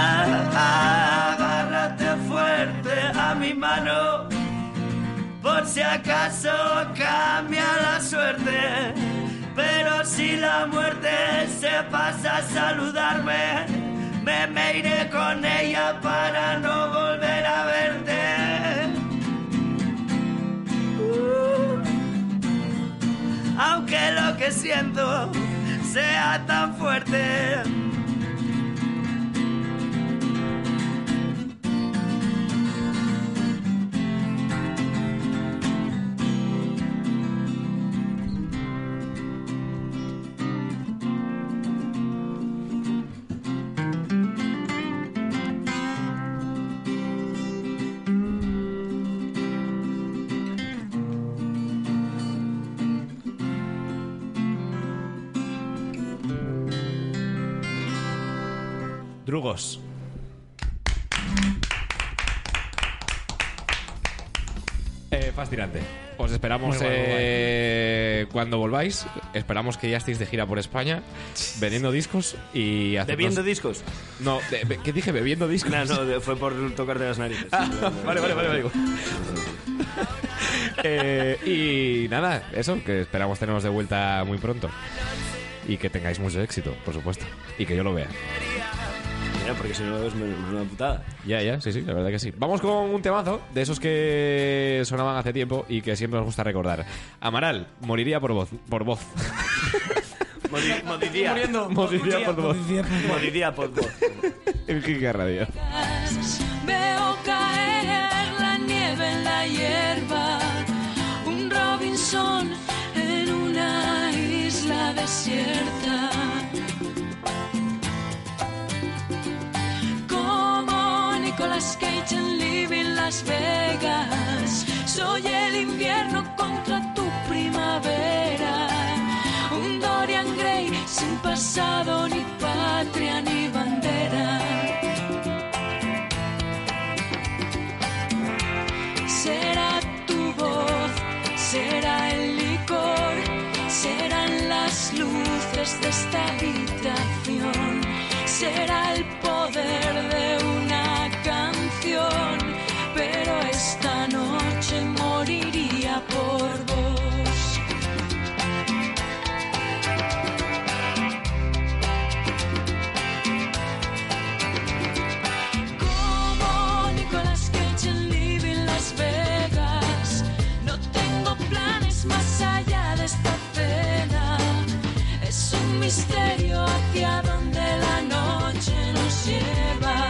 Ah, agárrate fuerte a mi mano, por si acaso cambia la suerte. Pero si la muerte se pasa a saludarme, me, me iré con ella para no volver a verte. Uh, aunque lo que siento sea tan fuerte. Drugos. Eh, fascinante. Os esperamos Muy guay, muy eh, cuando volváis. Esperamos que ya estéis de gira por España, vendiendo discos y haciendo. ¿Bebiendo discos? No, de- be- ¿qué dije? ¿Bebiendo discos? No, no, de- fue por tocarte las narices. vale, vale, vale, vale. Eh, y nada, eso, que esperamos teneros de vuelta muy pronto. Y que tengáis mucho éxito, por supuesto. Y que yo lo vea. Mira, porque si no es una putada. Ah, Ya, ya, sí, sí, la verdad que sí. Vamos con un temazo de esos que sonaban hace tiempo y que siempre nos gusta recordar. Amaral, moriría por voz. Por voz. Modi- Modiría. moriría por voz. Modiría por voz. El Kika Radio. Veo caer la nieve en la hierba, un Robinson en una isla desierta. Como Nicolas Cage en Living Las Vegas, soy el invierno contra tu primavera. Un Dorian Gray sin pasado, ni patria, ni bandera. será tu voz, será el licor, serán las luces de esta habitación, será el poder de una canción, pero esta noche moriría por vos. Como Nicolas Cage en Living Las Vegas, no tengo planes más allá de esta cena. Es un misterio hacia donde la noche nos lleva.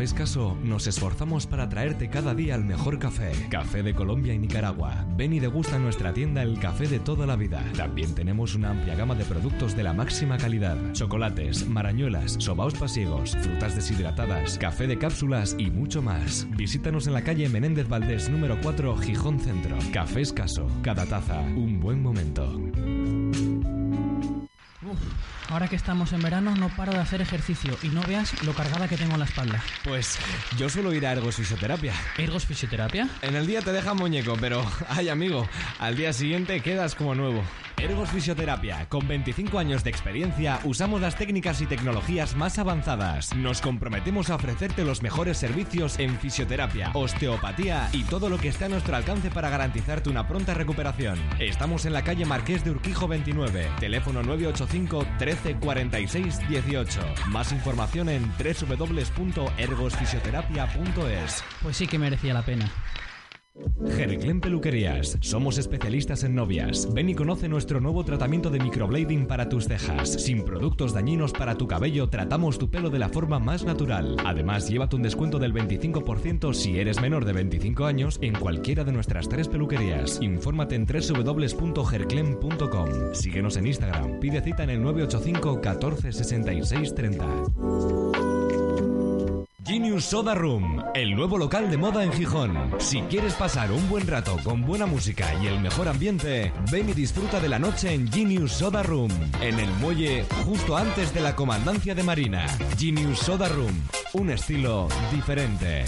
Nescaso nos esforzamos para traerte cada día el mejor café. Café de Colombia y Nicaragua. Ven y degusta en nuestra tienda el café de toda la vida. También tenemos una amplia gama de productos de la máxima calidad. Chocolates, marañuelas, sobaos pasiegos, frutas deshidratadas, café de cápsulas y mucho más. Visítanos en la calle Menéndez Valdés número 4, Gijón Centro. Café Escaso. Cada taza, un buen momento. Ahora que estamos en verano no paro de hacer ejercicio y no veas lo cargada que tengo en la espalda. Pues yo suelo ir a Ergos Fisioterapia. ¿Ergos Fisioterapia? En el día te dejan muñeco, pero ay amigo, al día siguiente quedas como nuevo. Ergos Fisioterapia, con 25 años de experiencia, usamos las técnicas y tecnologías más avanzadas. Nos comprometemos a ofrecerte los mejores servicios en fisioterapia, osteopatía y todo lo que está a nuestro alcance para garantizarte una pronta recuperación. Estamos en la calle Marqués de Urquijo 29, teléfono 985 13 46 18. Más información en www.ergosfisioterapia.es. Pues sí que merecía la pena. Gerclen Peluquerías. Somos especialistas en novias. Ven y conoce nuestro nuevo tratamiento de microblading para tus cejas. Sin productos dañinos para tu cabello, tratamos tu pelo de la forma más natural. Además, llévate un descuento del 25% si eres menor de 25 años en cualquiera de nuestras tres peluquerías. Infórmate en www.gerclen.com. Síguenos en Instagram. Pide cita en el 985 14 66 30. Genius Soda Room, el nuevo local de moda en Gijón. Si quieres pasar un buen rato con buena música y el mejor ambiente, ven y disfruta de la noche en Genius Soda Room, en el muelle justo antes de la comandancia de Marina. Genius Soda Room, un estilo diferente.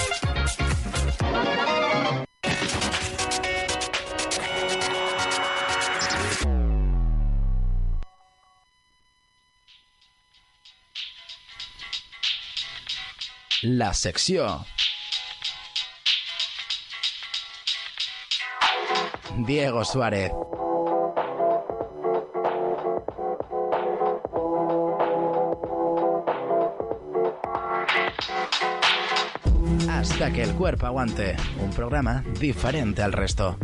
La sección. Diego Suárez. Hasta que el cuerpo aguante. Un programa diferente al resto.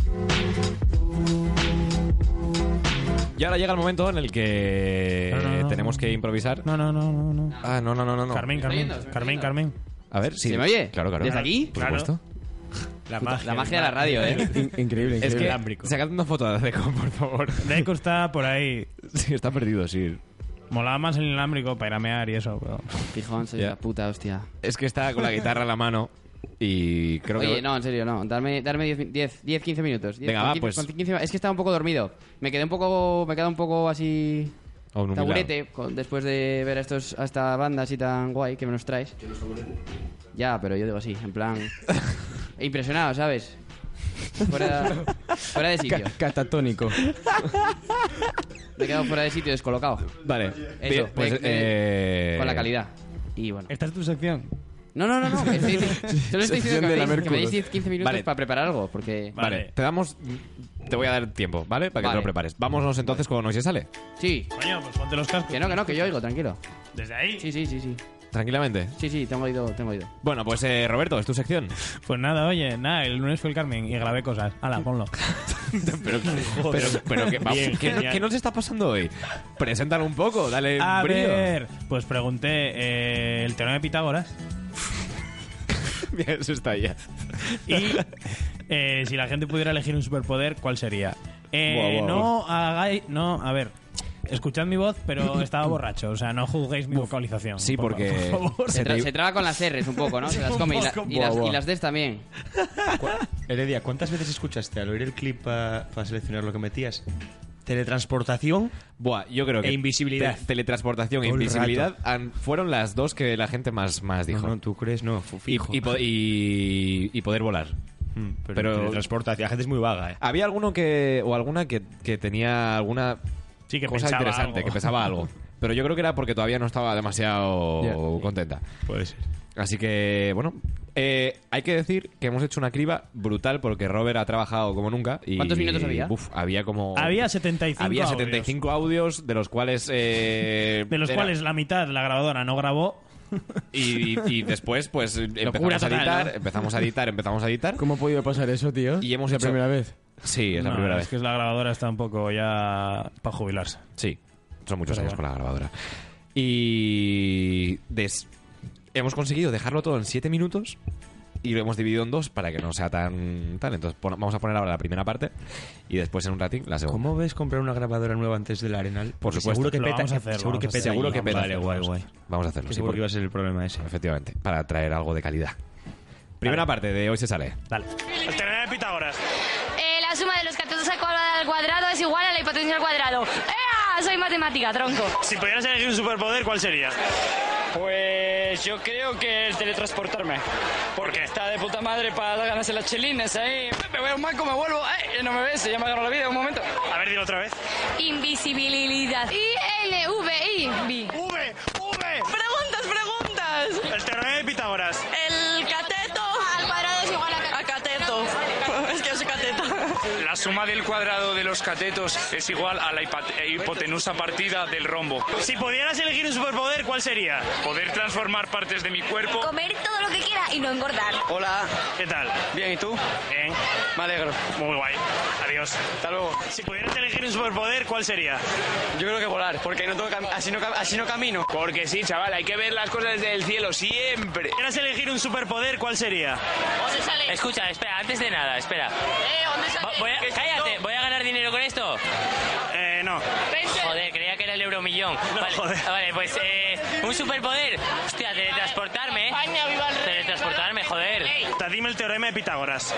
Y ahora llega el momento en el que tenemos que improvisar. No, no, no, no. no. Ah, no, no, no, no. no. Carmen, Carmen, Carmen, Carmen. A ver, sí. ¿Se me oye? Claro, claro. ¿Desde aquí? Por Claro. supuesto. La Puta, magia la magia de la radio, ¿eh? increíble, Es que, Inalámbrico. sacad una foto de Deco, por favor. Deco está por ahí. Sí, está perdido, sí. Molaba más el inalámbrico para ir a mear y eso, pero... Fijón, soy Ya. la puta hostia. Es que está con la guitarra en la mano y creo que... Oye, no, en serio, no. Darme, darme 10, mi- 10, 10, 15 minutos. 10, Venga, con va, 15, pues. con 15 es que estaba un poco dormido. Me quedé un poco, me queda un poco así... Obnubilado. Taburete, con- después de ver a, estos, a esta banda así tan guay que me nos traes. Ya, pero yo digo así, en plan... impresionado, ¿sabes? Fuera, fuera de sitio. Catatónico. Me he quedado fuera de sitio, descolocado. Vale. Eso, Bien, pues, me- me- eh, con la calidad. Y bueno. ¿Esta es tu sección? No, no, no, no. que estoy- Solo estoy Sección de diciendo que me lamer deis- que me deis culos. 10, 15 minutos Vale. para preparar algo, porque... Vale. te damos... Te voy a dar tiempo, ¿vale? Para que te Vale. lo prepares. Vámonos entonces con Hoy se sale. Sí. Coño, pues ponte los cascos. Que no, que no, que yo oigo, tranquilo. ¿Desde ahí? Sí, sí, sí, sí. Tranquilamente. Sí, sí, tengo oído, tengo oído. Bueno, pues eh, Roberto, es tu sección. Pues nada, oye, nada, el lunes fue el Carmen y grabé cosas. Hala, ponlo. Pero, pero, pero que, vamos, Bien, ¿qué- genial. qué nos está pasando hoy? Preséntalo un poco, dale A brillo. ver, pues pregunté eh, el teorema de Pitágoras Mira, eso está ya. y eh, si la gente pudiera elegir un superpoder, ¿cuál sería? Eh, Buah, buah, no hagáis... No, a ver... Escuchad mi voz, pero estaba borracho. O sea, no juzguéis mi vocalización. Sí, por fa- porque por favor. Se, tra- se traba con las R's un poco, ¿no? Se las Un come y, la- poco. y las, Buah, buah. y las D's también. Heredia, ¿cuántas veces escuchaste al oír el clip ah, para seleccionar lo que metías? Teletransportación. Buah, yo creo que. E invisibilidad. te- teletransportación e Todo el invisibilidad han- fueron las dos que la gente más, más dijo. No, no, tú crees, no, fu- y, fijo. y po- y- y poder volar. Mm, pero, pero- teletransportación, la gente es muy vaga, ¿eh? Había alguno que. o alguna que, que tenía alguna Sí, que cosa pensaba interesante, algo. que pesaba algo. Pero yo creo que era porque todavía no estaba demasiado Ya. contenta. Puede ser. Así que, bueno. eh, hay que decir que hemos hecho una criba brutal porque Robert ha trabajado como nunca. Y, ¿Cuántos minutos había? Uf, había como. Había 75 Había audios. 75 audios, de los cuales. eh, De los era- cuales la mitad la grabadora no grabó. Y, y- y después, pues empezamos a total, editar, ¿no? empezamos a editar, empezamos a editar. ¿Cómo ha podido pasar eso, tío? Y hemos la hecho- primera vez. Sí, es la No, primera es vez. que la grabadora está un poco ya para jubilarse. Sí, son muchos Pero años con bueno. la grabadora. Y. Des... hemos conseguido dejarlo todo en 7 minutos y lo hemos dividido en dos para que no sea tan tal. Entonces pon- vamos a poner ahora la primera parte y después en un ratín la segunda. ¿Cómo ves comprar una grabadora nueva antes del Arenal? Por Porque supuesto. Seguro que Lo peta. vamos a hacer, lo seguro vamos que a peta. hacer. Seguro que peta. Vale, guay, guay. Vamos a hacerlo. Que seguro que iba a ser el problema ese. Efectivamente, para traer algo de calidad. Primera parte de hoy se sale. Dale. El teorema de Pitágoras. Eh, la suma de los catetos al cuadrado, al cuadrado es igual a la hipotenusa al cuadrado. ¡Ea! Soy matemática, tronco. Si pudieras elegir un superpoder, ¿cuál sería? Pues yo creo que el teletransportarme. Porque está de puta madre para ganarse las chelines ahí. Me veo un banco, me vuelvo. ¡Ay! No me ves, ya me ganó la vida un momento. A ver, dilo otra vez. Invisibilidad. I-L-V-I. V. V. Preguntas, preguntas. El teorema de Pitágoras. El cateto al cuadrado es igual a cateto. Es que soy cateto. La suma del cuadrado de los catetos es igual a la hipat- hipotenusa partida del rombo. Si pudieras elegir un superpoder, ¿cuál sería? Poder transformar partes de mi cuerpo. Comer todo lo que quiera y no engordar. Hola. ¿Qué tal? Bien, ¿y tú? Bien. Me alegro. Muy guay. Adiós. Hasta luego. Si pudieras elegir un superpoder, ¿cuál sería? Yo creo que volar, porque no tengo cam- así, no cam- así no camino. Porque sí, chaval, hay que ver las cosas desde el cielo siempre. ¿Quieres elegir un superpoder? ¿Cuál sería? ¿Dónde sale? Escucha, espera, antes de nada, espera. Voy a- cállate, ¿voy a ganar dinero con esto? Eh, no. Joder, creía que era el euromillón. vale, ah, vale, pues eh, un superpoder. Hostia, teletransportarme. eh. teletransportarme, joder. Ta- Dime el teorema de Pitágoras.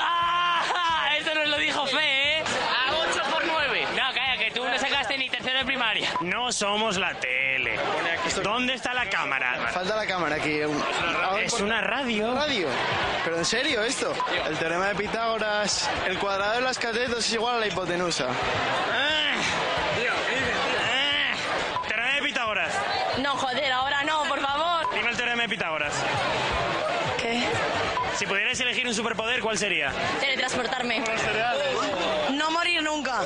¡Ah! Esto nos lo dijo Fe, ¿eh? A 8 por 9. No, calla, que tú no sacaste ni tercero de primaria. No somos la tele. ¿Dónde está la cámara? Falta la cámara aquí. Es una radio. radio. Pero en serio esto. El teorema de Pitágoras, el cuadrado de las catetos es igual a la hipotenusa. Eh, Teorema de Pitágoras. No, joder, ahora no, por favor. Dime el teorema de Pitágoras. ¿Qué? Si pudierais elegir un superpoder, ¿cuál sería? Teletransportarme. No morir nunca.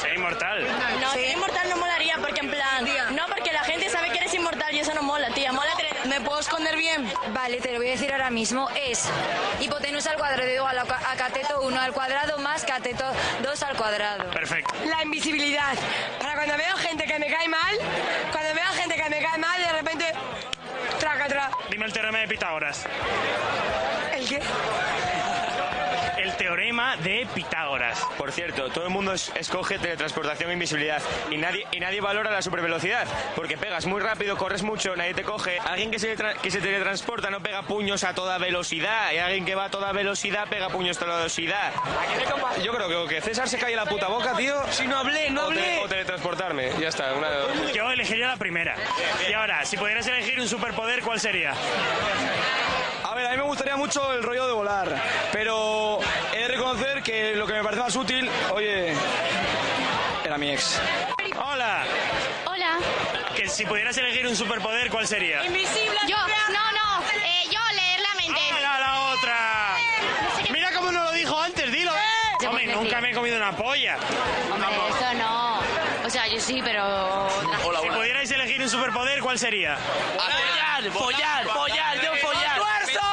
Ser inmortal. No, ser inmortal no molaría porque en plan... No, porque la gente sabe que eres inmortal y eso no mola, tía. Mola ¿Me puedo esconder bien? Vale, te lo voy a decir ahora mismo. Es hipotenusa al cuadrado igual a ca- a cateto 1 al cuadrado más cateto 2 al cuadrado. Perfecto. La invisibilidad. Para cuando veo gente que me cae mal, cuando veo gente que me cae mal, de repente... Traca, traca. Dime el teorema de Pitágoras. ¿El qué? El teorema de Pitágoras. Por cierto, todo el mundo es- escoge teletransportación e invisibilidad y nadie, y nadie valora la supervelocidad, porque pegas muy rápido, corres mucho, nadie te coge. Alguien que se, tra- que se teletransporta no pega puños a toda velocidad y alguien que va a toda velocidad pega puños a toda velocidad. Yo creo que, que César se cae la puta boca, tío. Si no hablé, no hablé. o teletransportarme, ya está. Una... Yo elegiría la primera. Y ahora, si pudieras elegir un superpoder, ¿cuál sería? A ver, a mí me gustaría mucho el rollo de volar, pero he de reconocer que lo que me parece más útil, oye, era mi ex. Hola. Hola. Que si pudieras elegir un superpoder, ¿cuál sería? Yo, no, no. eh, yo leer la mente. ¡Hola, Ah, la otra! Mira cómo no lo dijo antes, dilo. eh. Se Hombre, puede nunca decir. me he comido una polla. Hombre, eso no. O sea, yo sí, pero... Si pudierais elegir un superpoder, ¿cuál sería? Follar, follar, follar, yo follar. ¡Esfuerzo!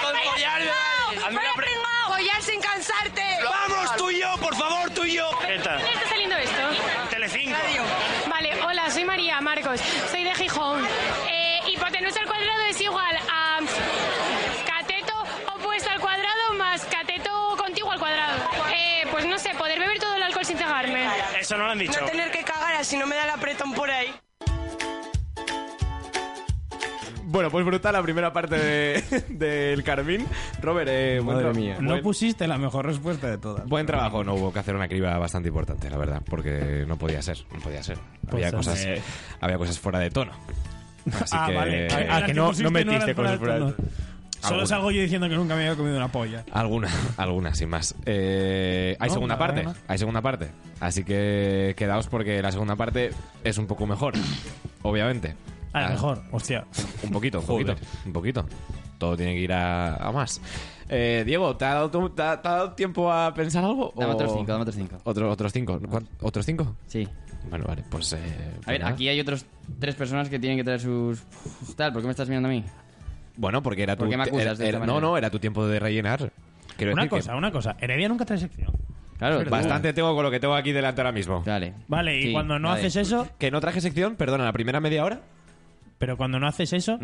Con follar, ¡No! Hazme una pre- ¡Follar sin cansarte! ¡Vamos, tú y yo, por favor, tú y yo! ¿Qué tal? ¿Dónde está saliendo esto? Telecinco. Vale, hola, soy María Marcos, soy de Gijón. Eh, hipotenusa al cuadrado es igual a cateto opuesto al cuadrado más cateto contiguo al cuadrado. Eh, pues no sé, poder beber todo el alcohol sin cegarme. Eso no lo han dicho. que cagar así no me da la apretón por ahí. Bueno, pues brutal la primera parte de- del Carmín. Robert, eh, buen tra- No buen- pusiste la mejor respuesta de todas. Buen trabajo, no hubo que hacer una criba bastante importante, la verdad, porque no podía ser, no podía ser. Pues, Había cosas, eh, había cosas fuera de tono. Así Ah, que, vale. Ah, que no- no metiste cosas fuera de tono. Solo salgo yo diciendo que nunca me había comido una polla. Alguna, alguna, sin más. Eh, hay No, segunda nada, parte, nada. hay segunda parte. Así que quedaos porque la segunda parte es un poco mejor, obviamente. Ah, mejor, hostia. Un poquito, un poquito, un poquito. Todo tiene que ir a, a más. Eh, Diego, ¿te ha, dado, tu- te ha- te ha dado tiempo a pensar algo? Dame o- otros cinco, dame otros cinco. Otro- ¿Otros cinco? ¿Cuán- ¿Otros cinco? Sí. Bueno, vale, pues... eh, pues A ver, nada. aquí hay otros tres personas que tienen que traer sus... sus Tal, ¿por qué me estás mirando a mí? Bueno, porque era tu... ¿Por qué me te- acusas era- de esta era- no, manera? no, era tu tiempo de rellenar. Quiero Una decir cosa, una cosa. Heredia nunca trae sección. Claro, verdad. bastante tengo con lo que tengo aquí delante ahora mismo. Dale. Vale, y cuando no haces eso... Que no traje sección, perdona, la primera media hora Pero cuando no haces eso,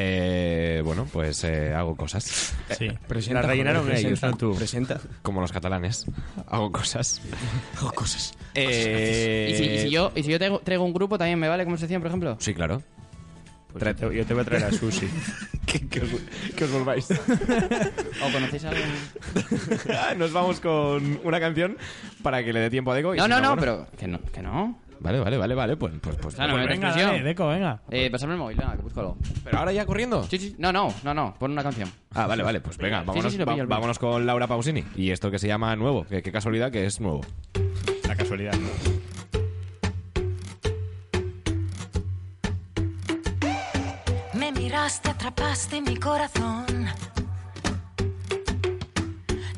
Eh, bueno, pues eh, hago cosas. Sí. Presenta, La rellenaron joder, ellos, presenta, no tú. Presenta. Como los catalanes. Hago cosas. Eh, hago cosas. ¿Y, si, y si yo, y si yo traigo, traigo un grupo también me vale conversación, por ejemplo? Sí, claro. Pues yo, te, yo te voy a traer a Susi. que, que os, que os volváis. ¿O conocéis a alguien? Nos vamos con una canción para que le dé tiempo a Deco. y No, si no, no, bueno. Que no, que no. Vale, vale, vale, vale. Pues, pues, pues. O sea, no, pues me metas venga, presión. dale, Deco. venga. Eh, pasarme el móvil, venga, que busco algo. ¿Pero ahora ya corriendo? Sí, sí. No, no, no, no. Pon una canción. Ah, vale, vale, pues venga, Sí, vámonos, sí, lo va- pillo, lo pillo. vámonos con Laura Pausini. Y esto que se llama Nuevo, que qué casualidad que es nuevo. La casualidad. Me miraste, atrapaste mi corazón.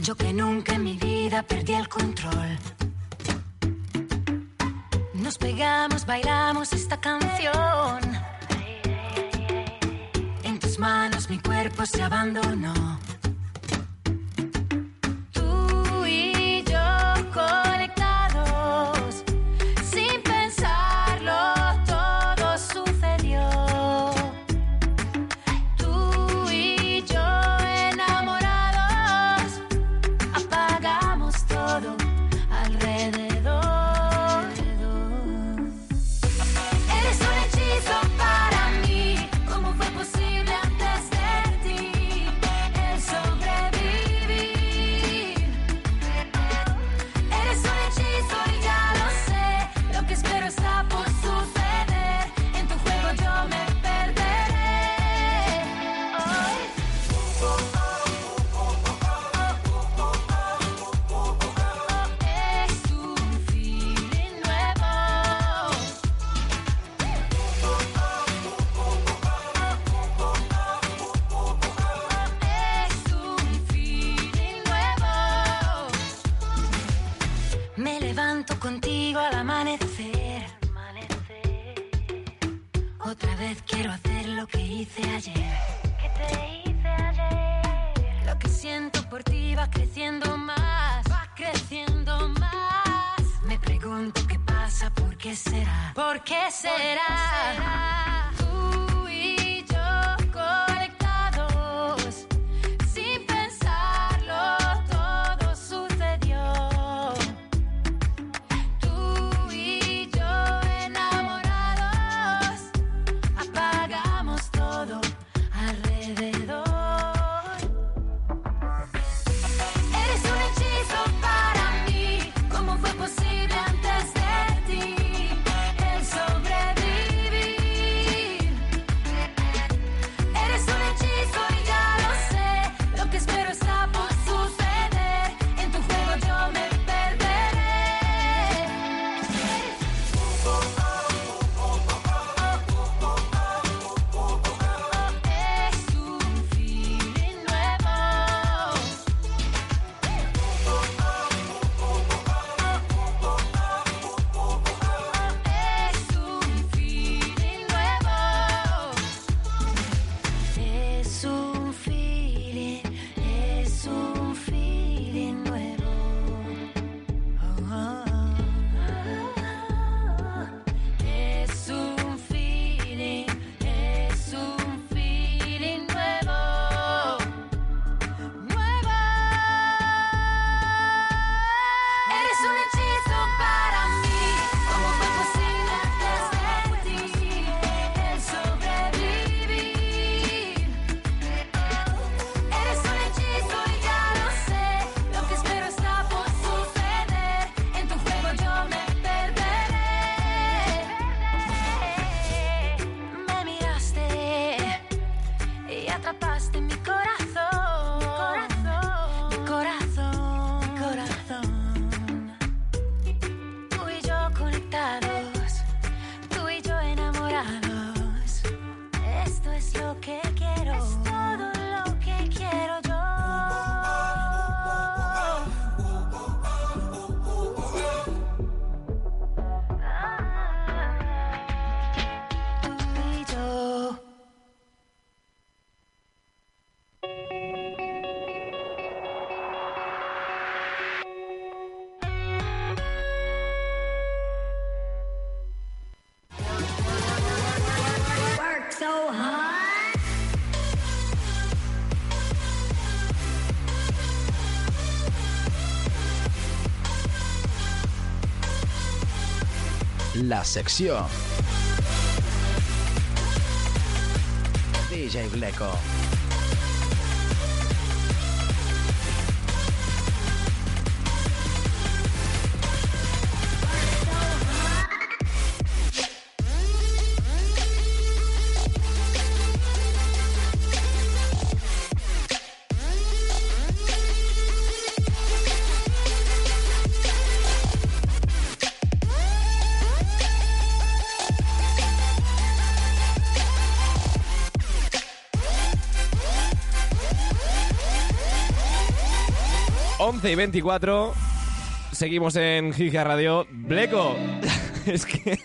Yo que nunca en mi vida perdí el control. Nos pegamos, bailamos esta canción. En tus manos mi cuerpo se abandonó. Tú y yo conectados. Sin pensarlo, todo sucedió. Tú y yo enamorados, apagamos todo alrededor. Eres un hechizo para mí, ¿cómo fue posible antes de ti el sobrevivir? Eres un hechizo y ya lo sé. Lo que espero está por suceder. En tu juego yo me perderé. Hoy. Es un feeling nuevo. Es un feeling nuevo. Me levanto contigo al amanecer. Otra vez quiero hacer lo que hice ayer. Lo que siento por ti va creciendo más, va creciendo más. Me pregunto qué pasa, por qué será, por qué será. Tú y yo conectados, sin pensarlo todo sucedió. Tú y yo enamorados, apagamos todo alrededor. Eres un hechizo para mí, ¿cómo fue posible antes de ti el sobrevivir? Uh-huh. Ah. la sección. DJ Bleco. Vale. 11 y 24. Seguimos en Giga Radio. Bleco. Es que.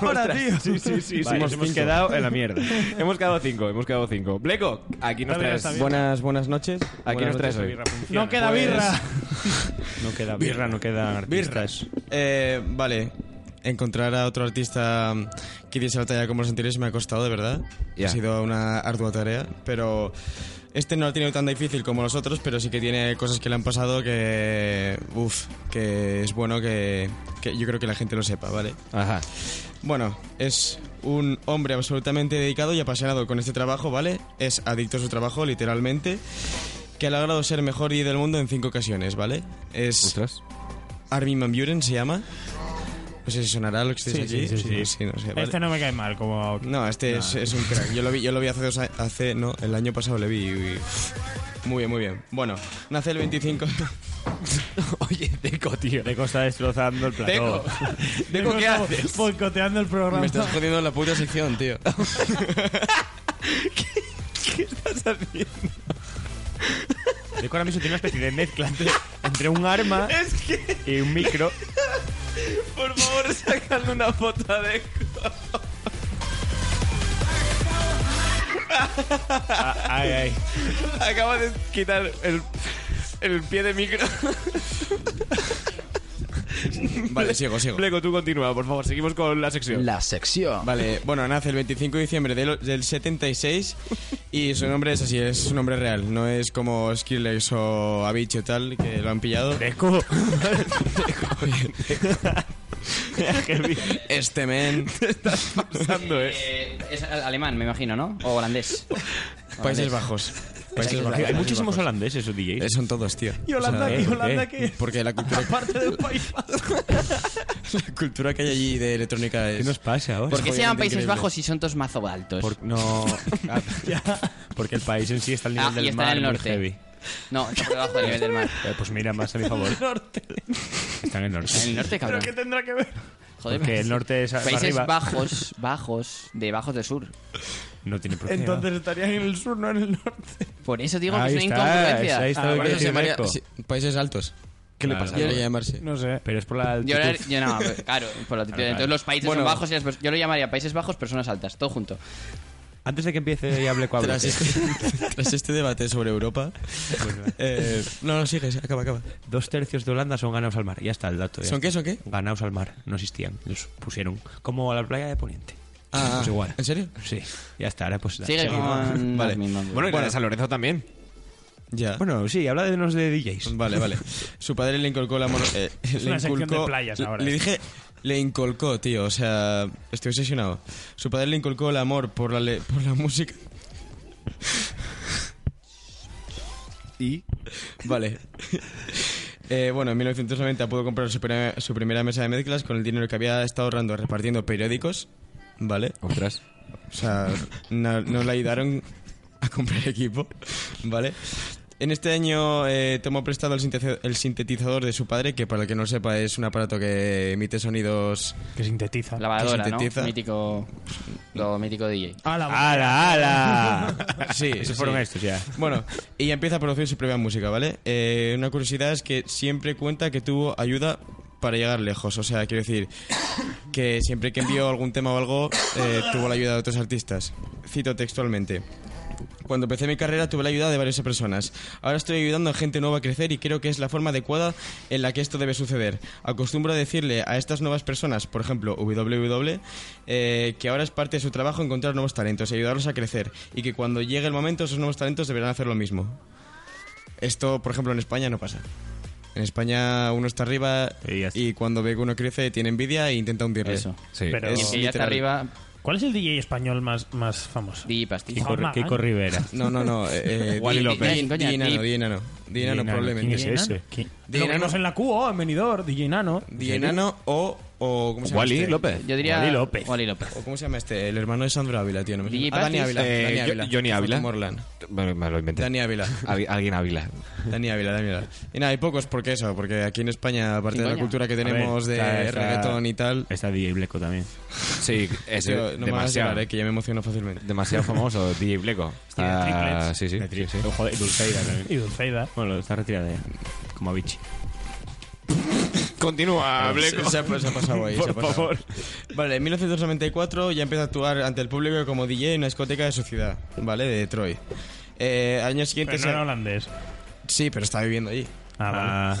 Ahora, tío. Sí, sí, sí. Vale, somos hemos cinco. quedado en la mierda. hemos quedado cinco, hemos quedado cinco. Bleco, aquí nos Está bien, traes. está bien. Buenas, buenas noches. Aquí Buenas nos traes noches, hoy. birra funciona. No queda pues- birra. No queda birra, no queda Birras. Eh, vale. Encontrar a otro artista mm, que diese la talla como los anteriores me ha costado, de verdad. Ya. Ha sido una ardua tarea, pero este no lo ha tenido tan difícil como los otros, pero sí que tiene cosas que le han pasado que, uf, que es bueno que, que yo creo que la gente lo sepa, ¿vale? Ajá. Bueno, es un hombre absolutamente dedicado y apasionado con este trabajo, ¿vale? Es adicto a su trabajo, literalmente, que ha logrado ser mejor y del mundo en cinco ocasiones, ¿¿vale? Es Armin Van Buren se llama. No sé si sonará lo que estáis Sí, aquí. sí, sí, sí. no sé, Este vale. no me cae mal, como. No, este No. Es, es un crack. Yo lo vi, yo lo vi hace dos años. Hace, no, el año pasado le vi. y- y- muy bien, muy bien. Bueno, nace el 25. Oye, Deco, tío. Deco está destrozando el plató. Deco, Deco ¿qué estamos haces? Boicoteando el programa. Me estás jodiendo la puta sección, tío. ¿Qué estás haciendo? Deco ahora mismo tiene una especie de mezcla entre, entre un arma y un micro. Por favor, sacadle una foto a Deco. Ah, ay, ay. Acaba de quitar el, el pie de micro. Vale, sigo, sigo. Bleco, tú continúa, por favor. Seguimos con la sección. La sección. Vale, bueno, nace el 25 de diciembre del, del 76 y su nombre es así, es su nombre real. No es como Skrillex o Avicii o tal, que lo han pillado. Deco. este men... estás pasando, Eh, es al- alemán, me imagino, ¿no? O holandés. Países Holandés. Bajos. Países Países Bajos. Bajos. Hay muchísimos holandeses o DJs. Son todos, tío. ¿Y Holanda- y Holanda qué? Porque la cultura... Aparte de país La cultura que hay allí de electrónica es... ¿Qué nos pasa ahora? ¿Por qué se llaman Países Bajos si son todos mazo altos? Por- no. ah, Porque el país en sí está al nivel Ah, del y está mar en el muy norte. heavy. No, está por debajo del nivel del mar. Eh, pues mira, más a mi favor. Está en el norte. Está en el norte, cabrón. Pero tendrá que ver? Joder, Porque me- el norte es a- Países arriba. bajos, bajos, de bajos del sur. que- No tiene problema. Entonces estarían en el sur, no en el norte. Por eso digo Ahí que es una está, incongruencia. ahí está lo que por eso decía se maría- Marco. sí. Países Altos. ¿Qué Claro. le pasa? llamarse? No sé. Pero es por la altitud. Yo, la- yo no, pero, claro, por la altitud. Claro, Entonces claro. los países Bueno. son bajos y las pers- yo lo llamaría Países Bajos, personas altas, todo junto. Antes de que empiece y hable con Tras este, tras este debate sobre Europa. eh, no, no, sigues, acaba, acaba. Dos tercios de Holanda son ganados al mar. Ya está el dato. ya ¿Son qué, está. son qué? Ganados al mar. No existían. Los pusieron como a la playa de Poniente. Ah, pues igual. ¿En serio? Sí. Ya está. Ahora pues... Sigue con- Vale. Bueno, y la de San Lorenzo también. Ya. Bueno, sí, habla de los de DJs. Vale, vale. Su padre le inculcó la mono... eh, Es le una sección inculcó- de playas ahora. eh. Le dije... Le inculcó, tío, o sea, estoy obsesionado. Su padre le inculcó el amor por la, le- por la música. ¿Y? Vale. Eh, bueno, en 1990 pudo comprar su, prim- su primera mesa de mezclas con el dinero que había estado ahorrando repartiendo periódicos. ¿Vale? Otras. O sea, no, no le ayudaron a comprar equipo. ¿Vale? En este año eh, tomó prestado el, sintetiza- el sintetizador de su padre, que para el que no lo sepa es un aparato que emite sonidos... Que sintetiza. Lavadora, que ¿no? sintetiza. Mítico, lo mítico DJ. ¡Hala, hala! Sí, Esos sí. fueron estos ya. Bueno, y ya empieza a producir su propia música, ¿vale? Eh, una curiosidad es que siempre cuenta que tuvo ayuda para llegar lejos. O sea, quiero decir que siempre que envió algún tema o algo, eh, tuvo la ayuda de otros artistas. Cito textualmente. Cuando empecé mi carrera tuve la ayuda de varias personas. Ahora estoy ayudando a gente nueva a crecer y creo que es la forma adecuada en la que esto debe suceder. Acostumbro a decirle a estas nuevas personas, por ejemplo, WW, eh, que ahora es parte de su trabajo encontrar nuevos talentos y ayudarlos a crecer. Y que cuando llegue el momento, esos nuevos talentos deberán hacer lo mismo. Esto, por ejemplo, en España no pasa. En España uno está arriba y, cuando ve que uno crece tiene envidia e intenta hundirle. Eso. Sí. Pero- Y el que ya está arriba- ¿Cuál es el DJ español más, más famoso? DJ Kiko- Kiko Rivera. No, no, no, eh, eh, Wally Di- López. Di- Di- Di Nano, Di Nano. Di Nano, probablemente. ¿Quién es ese? ¿Quién? Lo Di vimos Nano. en la QO, en Benidorm, DJ Nano. DJ Nano o, o ¿cómo se llama Wally este? López. Yo diría- Wally López. ¿O cómo se llama este? El hermano de Sandro Ávila, tío. No me DJ ah, Dani Pastis. Ávila. Eh, Dani Jo- Ávila. Johnny Ávila. Tomorrowland. Me, me lo inventé. Dani Ávila. Al- alguien Ávila. Dani Ávila, Dani Ávila. Y nada, hay pocos porque eso, porque aquí en España, aparte Sin de la coña. cultura que A ver, tenemos de está- está- reggaetón y tal. Está DJ Bleco también. Sí, es Tío, no me hagas demasiado. llorar, eh, que ya me emociono fácilmente. Demasiado famoso, DJ Bleco. Está, sí, sí. sí, sí. Joder, y Dulceida también. Y Dulceida. Bueno, está retirada ya. Como a Vichy. Continúa, Bleco. Ah, Se, se ha, se ha pasado ahí, Por se ha pasado. favor. Vale, en 1994 ya empieza a actuar ante el público como DJ en una discoteca de su ciudad, ¿vale? De Detroit. Eh, al año siguiente... Pero no era holandés. Sí, pero está viviendo allí. Ah, vale.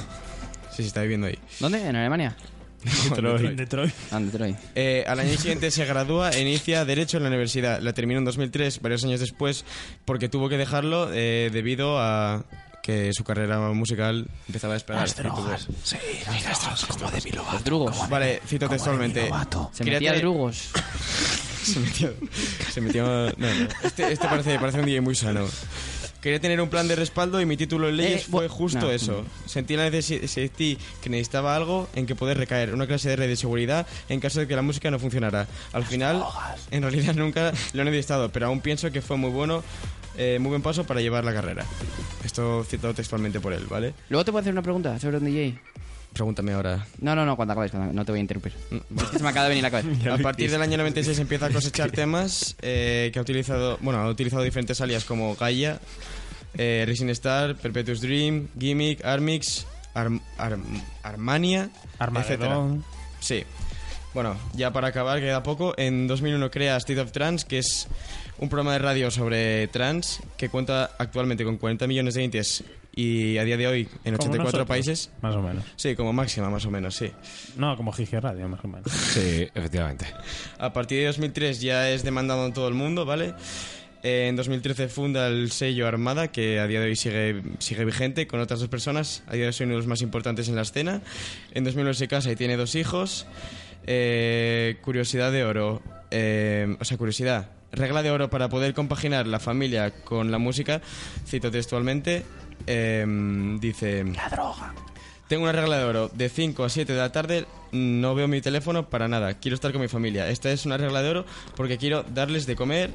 Sí, sí, está viviendo ahí. ¿Dónde? ¿En Alemania? Detroit. Detroit. Ah, en Detroit. Eh, al año siguiente se gradúa e inicia Derecho en la universidad. La terminó en 2003, varios años después, porque tuvo que dejarlo eh, debido a que su carrera musical empezaba a esperar. Las drogas. Sí, las drogas. Como de Bilbao. Los drugos. Vale, cito textualmente. Se Quería metía tener- drugos. Se metió. Se metió. No, no. Este, este parece, parece un DJ muy sano. Quería tener un plan de respaldo y mi título en leyes Eh, fue bu- justo no, eso. no. Sentí la necesi- sentí que necesitaba algo en que poder recaer, una clase de red de seguridad en caso de que la música no funcionara. Al final, en realidad nunca lo he necesitado, pero aún pienso que fue muy bueno, eh, muy buen paso para llevar la carrera. Esto citado textualmente por él, ¿vale? Luego te puedo hacer una pregunta sobre un DJ. Pregúntame ahora. Mm. No, no, no, cuando acabes, cuando- no te voy a interrumpir. Es que se me acaba de venir la cabeza. A partir del año 96 empieza a cosechar temas eh, que ha utilizado, bueno, ha utilizado diferentes alias como Gaia, eh, Rising Star, Perpetuous Dream, Gimmick, Armix, Arm- Arm- Armania, Armagedón. etc. Sí. Bueno, ya para acabar, queda poco. En 2001 crea State of Trans, que es un programa de radio sobre trans que cuenta actualmente con 40 millones de entes y a día de hoy en Como 84 nosotros, países. Más o menos. Sí, como máxima, más o menos, sí. No, como Gigi Radio, más o menos. Sí, efectivamente. A partir de 2003 ya es demandado en todo el mundo, ¿vale? Eh, En 2013 funda el sello Armada, que a día de hoy sigue, sigue vigente con otras dos personas. A día de hoy son uno de los más importantes en la escena. En 2009 se casa y tiene dos hijos. Eh, curiosidad de oro. eh, o sea, curiosidad. Regla de oro para poder compaginar la familia con la música. Cito textualmente. em, dice... La droga. Tengo una regla de oro. De 5 a 7 de la tarde no veo mi teléfono para nada. Quiero estar con mi familia. Esta es una regla de oro porque quiero darles de comer,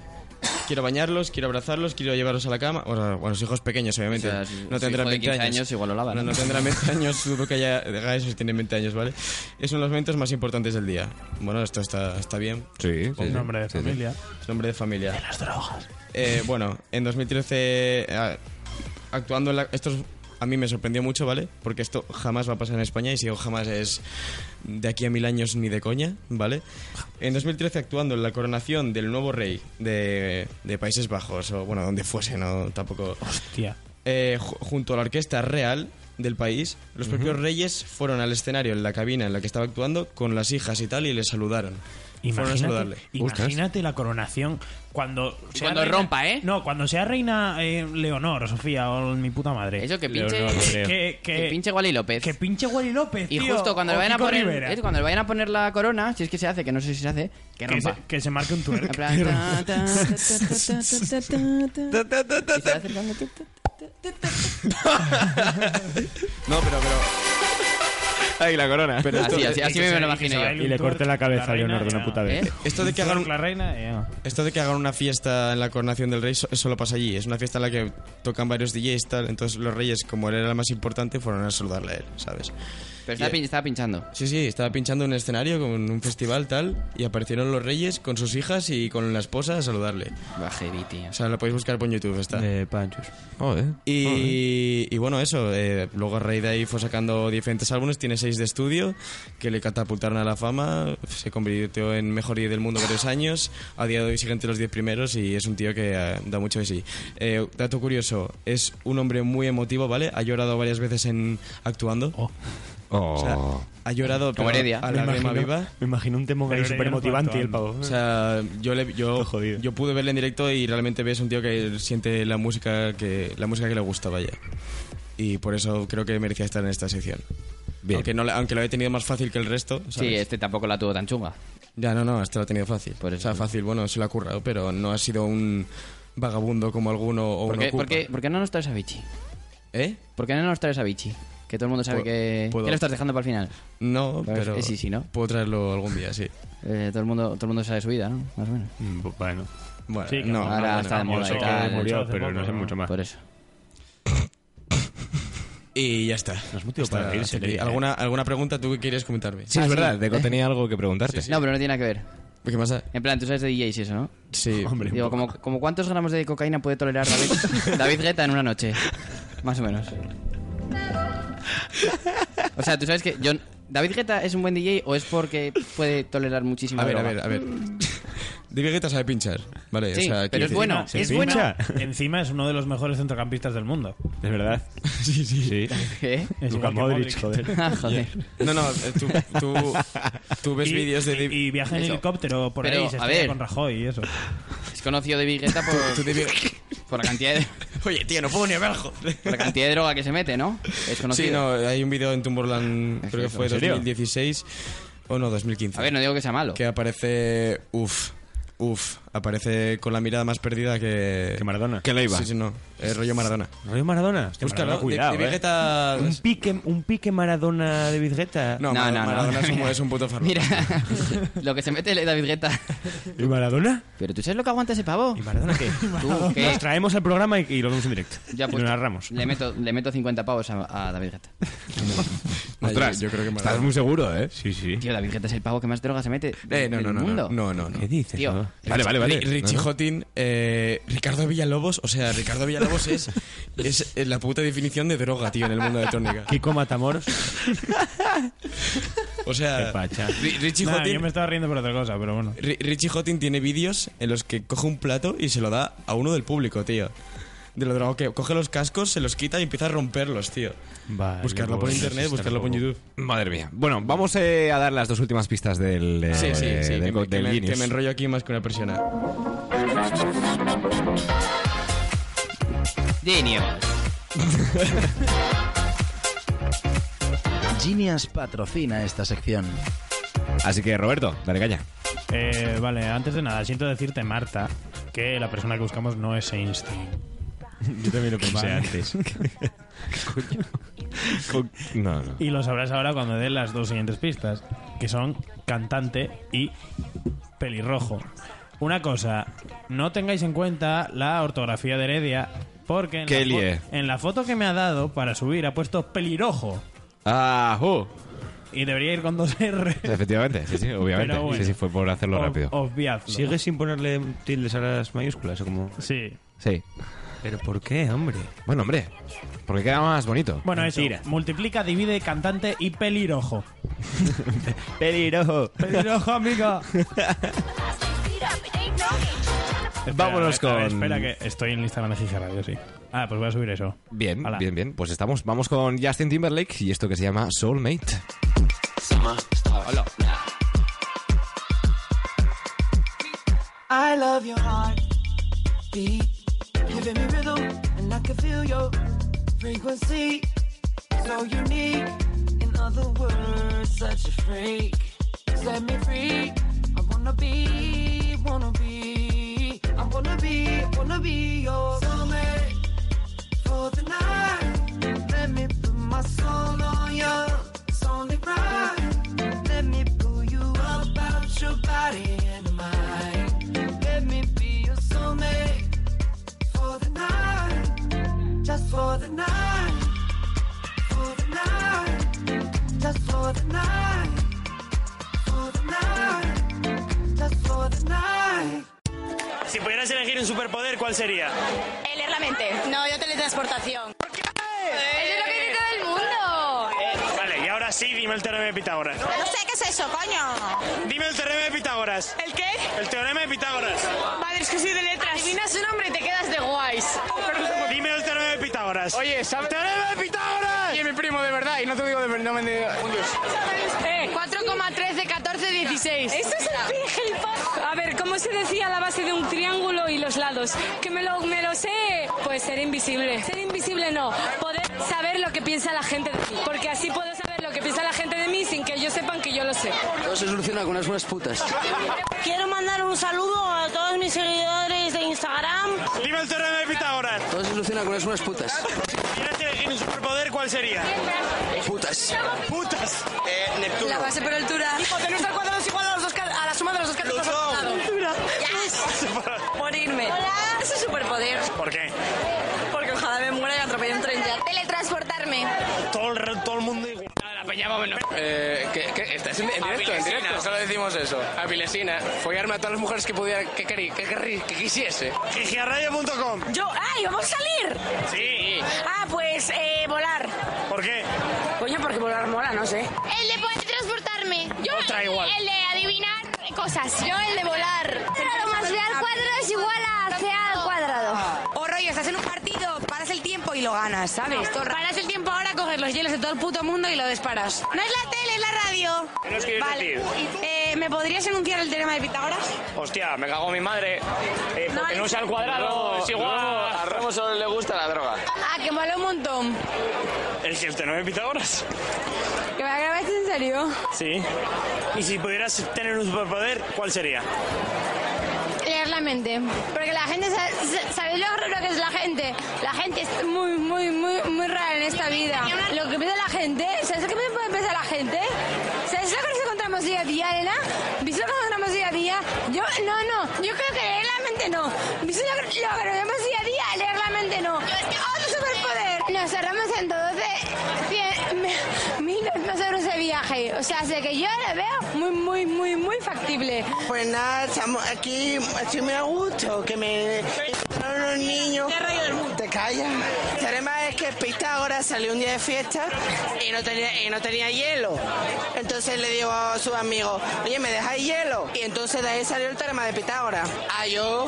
quiero bañarlos, quiero abrazarlos, quiero llevarlos a la cama. Bueno, bueno, los hijos pequeños, obviamente. O sea, si- no si tendrán hijo de 20 15 años. años igual lo lavan. No, no tendrán 20 años. Dudo que haya haga eso si tienen 20 años, ¿vale? Es uno de los momentos más importantes del día. Bueno, esto está, está bien. Sí, sí, sí. Nombre de Sí, sí. familia. Nombre de familia. Eh, De las drogas. bueno, en 2013, eh, actuando en la... Esto es- a mí me sorprendió mucho, ¿vale? Porque esto jamás va a pasar en España y si digo jamás es de aquí a mil años ni de coña, ¿vale? En 2013 actuando en la coronación del nuevo rey de, de Países Bajos o bueno, donde fuese, no tampoco... Tía. Eh, ju- junto a la orquesta real del país, los Ujú. propios reyes fueron al escenario, en la cabina en la que estaba actuando, con las hijas y tal, y le saludaron. fueron a saludarle. Imagínate, imagínate la coronación cuando... sea cuando rompa, ¿eh? No, cuando sea reina eh, Leonor o Sofía o mi puta madre. Eso, que pinche- que, que- que pinche Wally López. Que pinche Wally López, Y tío, justo cuando o le, vayan a Kiko poner, Rivera. es cuando le vayan a poner la corona, si es que se hace, que no sé si se hace, que Que rompa. se, que se marque un En twerk. plan, ta, ta, ta, ta, ta, ta, ta, ta. Y se va acercando, ta, ta. No, pero, pero. Ahí la corona. Pero esto- Así, así, así me lo que se imagino baile yo. un Y le twerk, corte la cabeza la a Leonor de una puta vez. ¿Eh? Esto de que hagan la reina, eh, Esto de que hagan una fiesta en la coronación del rey so- solo pasa allí. Es una fiesta en la que tocan varios DJs tal. Entonces los reyes, como él era el más importante, fueron a saludarle a él, ¿sabes? Pero estaba, Y- pin- estaba pinchando. Sí, sí, estaba pinchando en un escenario con un festival tal y aparecieron los reyes con sus hijas y con la esposa a saludarle. Bajevi, tío. O sea, lo podéis buscar por YouTube, está. De Panchos. Y, y bueno, eso. eh, luego a raíz de ahí fue sacando diferentes álbumes. Tiene seis de estudio que le catapultaron a la fama. Se convirtió en mejor DJ del mundo varios años. A día de hoy sigue entre los diez primeros y es un tío que eh, da mucho de sí. Eh, dato curioso: es un hombre muy emotivo, ¿vale? Ha llorado varias veces en actuando. O sea, ha llorado Como pero Heredia. a Me la imagino- gema viva. me imagino un tema ahí Pero súper Heredia no motivante y el actuando. pavo. O sea, yo le, yo, yo pude verle en directo y realmente ves un tío que siente la música que la música que le gusta, vaya. y por eso creo que merecía estar en esta sección. Bien. Aunque, no, la- aunque lo he tenido más fácil que el resto. Sí, este tampoco la tuvo tan chunga. Ya, no, no, este lo ha tenido fácil. o sea, fácil, bueno, se lo ha currado, pero no ha sido un vagabundo como alguno o ¿Por un qué, ocupa. por qué- por qué no nos traes a Vichy? ¿Eh? ¿Por qué no nos traes a Vichy? Que todo el mundo sabe Pu- que... puedo- ¿Qué lo estás dejando para el final? No, Pues, pero eh, sí, sí, ¿no? puedo traerlo algún día, sí. Eh, todo, el mundo, todo el mundo sabe su vida, ¿no? Más o menos. Bueno. Bueno, Sí, que no, ahora bueno, está de bueno, moda sé y que tal. murió, Hace pero no poco, sé ¿no? mucho más. Por eso. Y ya está. Nos motivo para reírse, Levi, ¿eh? ¿Alguna, ¿Alguna pregunta tú que quieres comentarme? Sí, es Ah, sí. verdad, Deco tenía algo que preguntarte. No, pero no tiene nada que ver. ¿Qué pasa? En plan, tú sabes de DJs y eso, ¿no? Sí. Hombre, Digo, como, como ¿cuántos gramos de cocaína puede tolerar David, David Guetta en una noche? Más o menos. O sea, tú sabes que yo- ¿David Guetta es un buen DJ o es porque puede tolerar muchísima A ver, a droga? ver, a ver. David Guetta sabe pinchar, ¿vale? Sí, o sea, pero es quiero decir- bueno, Sí, encima- Encima es uno de los mejores centrocampistas del mundo. ¿De verdad? sí, sí. ¿Qué? Es Luka igual que Modric, Modric. joder. Ah, joder. No, no, eh, tú, tú, tú ves Y- vídeos de... David- Y viaja en Eso. helicóptero por Pero, ahí, se a estrella ver. con Rajoy y eso. Es conocido David Guetta por, por la cantidad de... Oye, tío, no puedo ni hablar, joder. Por la cantidad de droga que se mete, ¿no? Es conocido. Sí, no, hay un vídeo en Tumborland, creo que eso, fue ¿en serio? 2016 o no, 2015. A ver, no digo que sea malo. Que aparece, uff, uff, aparece con la mirada más perdida que... Que Maradona. Que Leiva. Sí, sí, no, eh, rollo Maradona. ¿Rollo Maradona? Hostia, Búscalo, Maradona, cuidado, de, eh. de Vegeta- ¿Un pique, ¿Un pique Maradona de Vizgueta? No, Mar- Maradona es un- es un puto farmaco. Mira, lo que se mete le David Guetta. ¿Y Maradona? Pero tú sabes lo que aguanta ese pavo. ¿Y Maradona qué? Tú, ¿qué? Nos traemos al programa y, y lo vemos en directo. Ya, y pues, lo narramos. Le meto, le meto 50 pavos a, a David Guetta. Ostras, yo creo que Maradona. estás muy seguro, ¿eh? Sí, sí. Tío, David Guetta es el pavo que más droga se mete Eh, no, del no, no, mundo. no, no, no, no. ¿Qué dices? Tío, no? Vale, vale, vale. Ri- Richie No, no. Houghton, eh, Ricardo Villalobos, o sea, Ricardo Villalobos es, es eh, la puta definición de droga, tío, en el mundo de Tónica. Kiko Matamoros. O sea, Qué pacha. Ri- Richie Nah, Houghton- yo me estaba riendo por otra cosa, pero bueno. Ri- Richie Houghton tiene vídeos en los que coge un plato y se lo da a uno del público, tío. De lo drogado que coge los cascos, se los quita y empieza a romperlos, tío. buscarlo por pues, internet, está buscarlo por loco. YouTube. Madre mía. Bueno, vamos eh, a dar las dos últimas pistas del, eh, Sí, sí, sí, del, que, me, que del me- Genius. que me enrollo aquí más que una persona. Genio. Genius patrocina esta sección. Así que, Roberto, dale caña. Eh, vale, antes de nada, siento decirte, Marta, que la persona que buscamos no es Einstein. Yo también lo pensé Vale. antes. No, no. Y lo sabrás ahora cuando dé las dos siguientes pistas, que son cantante y pelirrojo. Una cosa, no tengáis en cuenta la ortografía de Heredia, porque en, Que la, fo- lie. en la foto que me ha dado para subir ha puesto pelirrojo. ¡Ah! jo. Y debería ir con dos R. Efectivamente, sí, sí, obviamente. Pero bueno. Sí, sí, fue por hacerlo Ob- rápido. Obviadlo. ¿Sigues sin ponerle tildes a las mayúsculas o como...? Sí. Sí. ¿Pero por qué, hombre? Bueno, hombre, porque queda más bonito. Bueno, eso. Multiplica, divide, cantante y pelirrojo. Pelirojo. Pelirrojo, amigo. Vámonos espera, a ver, con- espera, que estoy en el Instagram de Gigi Radio, sí. Ah, pues voy a subir eso. Bien, Hala. bien, bien. Pues estamos, vamos con Justin Timberlake y esto que se llama Soulmate. Hola. I love your heartbeat. Giving me rhythm, and I can feel your frequency. So unique. In other words, such a freak. Set me free. I wanna be, wanna be. I wanna be, wanna be your soulmate for the night. Let me put my soul on you. It's only right. Let me pull you up out your body and mind. Let me be your soulmate for the night. Just for the night. For the night. Just for the night. For the night. Just for the night. Si pudieras elegir un superpoder, ¿cuál sería? El leer la mente. No, yo teletransportación. ¡Eso es lo que dice todo el mundo! Eh. Eh. vale, y ahora sí, dime el teorema de Pitágoras. No sé qué es eso, coño. Dime el teorema de Pitágoras. ¿El qué? El teorema de Pitágoras. Vale, es que soy de letras. Adivinas un nombre y te quedas de guays. Dime el teorema de Pitágoras. Oye, ¿sabes? ¡Teorema de Pitágoras! Y es mi primo, de verdad, y no te digo de verdad, no me Eh, 4,13, 14, 16. Eso es el A ver, ¿cómo se decía la base de un triángulo y los lados? Que me lo, me lo sé. Pues ser invisible. Ser invisible no. Poder saber lo que piensa la gente de mí. Porque así puedo saber lo que piensa la gente de mí sin que ellos sepan que yo lo sé. Todo se soluciona con unas buenas putas. Quiero mandar un saludo a todos mis seguidores de Instagram. Dime el teorema de Pitágoras. Todo se soluciona con unas buenas putas. ¿En un superpoder cuál sería? Putas. Putas. Eh, Neptuno. La base por altura. Hipotenusa al cuadrado es igual a, los dos, a la suma de los dos catetos al Altura. Morirme. Hola. Ese es superpoder. ¿Por qué? Porque ojalá me muera y atropelle un tren ya. Teletransportarme. Todo el, re- todo el mundo igual. La peña va menos. Eh, ¿qué, qué? ¿Estás en, en directo? ¿En Avilesina. directo? Solo decimos eso. Avilesina, follarme a todas las mujeres que pudiera, que, querí- que, querrí- que quisiese. Gigiarradio.com. Yo, ¡ay! ¿Vamos a salir? Sí. Ah, pues eh, volar. ¿Por qué? Coño, porque volar mola, no sé. El de poder transportarme. Yo Otra el, igual. el de adivinar cosas. Yo el de volar. Claro, más B al cuadrado es igual a C al cuadrado. Oh, O rollo, estás en un partido, paras el tiempo y lo ganas, ¿sabes? Todo el- Paras el tiempo ahora, coges los hielos de todo el puto mundo y lo disparas. No es la tele, es la radio. ¿Qué nos quieres vale. decir? Eh, ¿Me podrías enunciar el teorema de Pitágoras? Hostia, me cago en mi madre. Eh, No, Hipotenusa al cuadrado luego- es igual. luego a Ramos solo le gusta la droga. Ah, que mola un montón. El que el teorema de Pitágoras. ¿Que me grabaste en serio? Sí. Y si pudieras tener un superpoder, ¿cuál sería? Leer la mente. Porque la gente, sa- sa- ¿sabéis lo raro que es la gente? La gente es muy, muy, muy, muy rara en esta vida. Lo que piensa la gente, ¿sabes lo que puede pensar la gente? ¿Sabes lo que nos encontramos día a día, Elena? ¿Viste lo que nos encontramos día a día? Yo, no, no, yo creo que leer la mente no. ¿Viste lo que lo que nos vemos día a día? Leer la mente no. ¡Otro superpoder! Nos cerramos en todo de 100, 1200 euros de viaje. O sea, sé que yo lo veo muy, muy, muy, muy factible. Pues nada, estamos aquí, así me da gusto, que me encontraron los niños. Te callas. El problema es que Pitágoras salió un día de fiesta y no tenía, y no tenía hielo. Entonces le digo a su amigo, oye, ¿me dejáis hielo? Y entonces de ahí salió el teorema de Pitágoras. Ah, yo,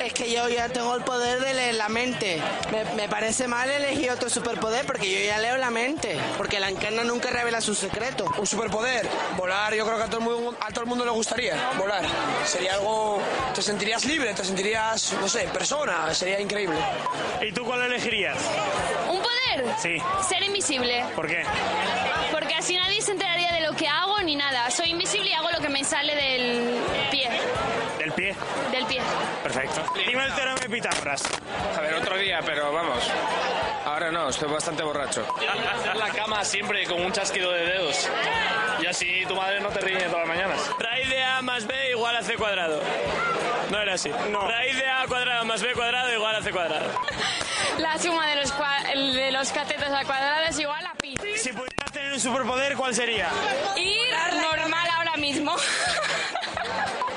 es que yo ya tengo el poder de leer la mente. Me, me parece mal elegir otro superpoder porque yo ya leo la mente. Porque la encarna nunca revela su secreto. Un superpoder, volar, yo creo que a todo, el mundo, a todo el mundo le gustaría volar. Sería algo, te sentirías libre, te sentirías, no sé, persona, sería increíble. ¿Y tú cuál elegirías? ¿Un poder? Sí. Ser invisible. ¿Por qué? Porque así nadie se enteraría de lo que hago ni nada. Soy invisible y hago lo que me sale del pie. Del pie. Del pie. Perfecto. Dime el teorema de Pitágoras. A ver, otro día, pero vamos. Ahora no, estoy bastante borracho. Hacer la cama siempre con un chasquido de dedos. Y así tu madre no te riñe todas las mañanas. Raíz de A más B igual a C cuadrado. No era así. Raíz de A cuadrado más B cuadrado igual a C cuadrado. La suma de los, cua- de los catetos al cuadrado es igual a pi. Si pudieras tener un superpoder, ¿cuál sería? Ir normal ahora mismo.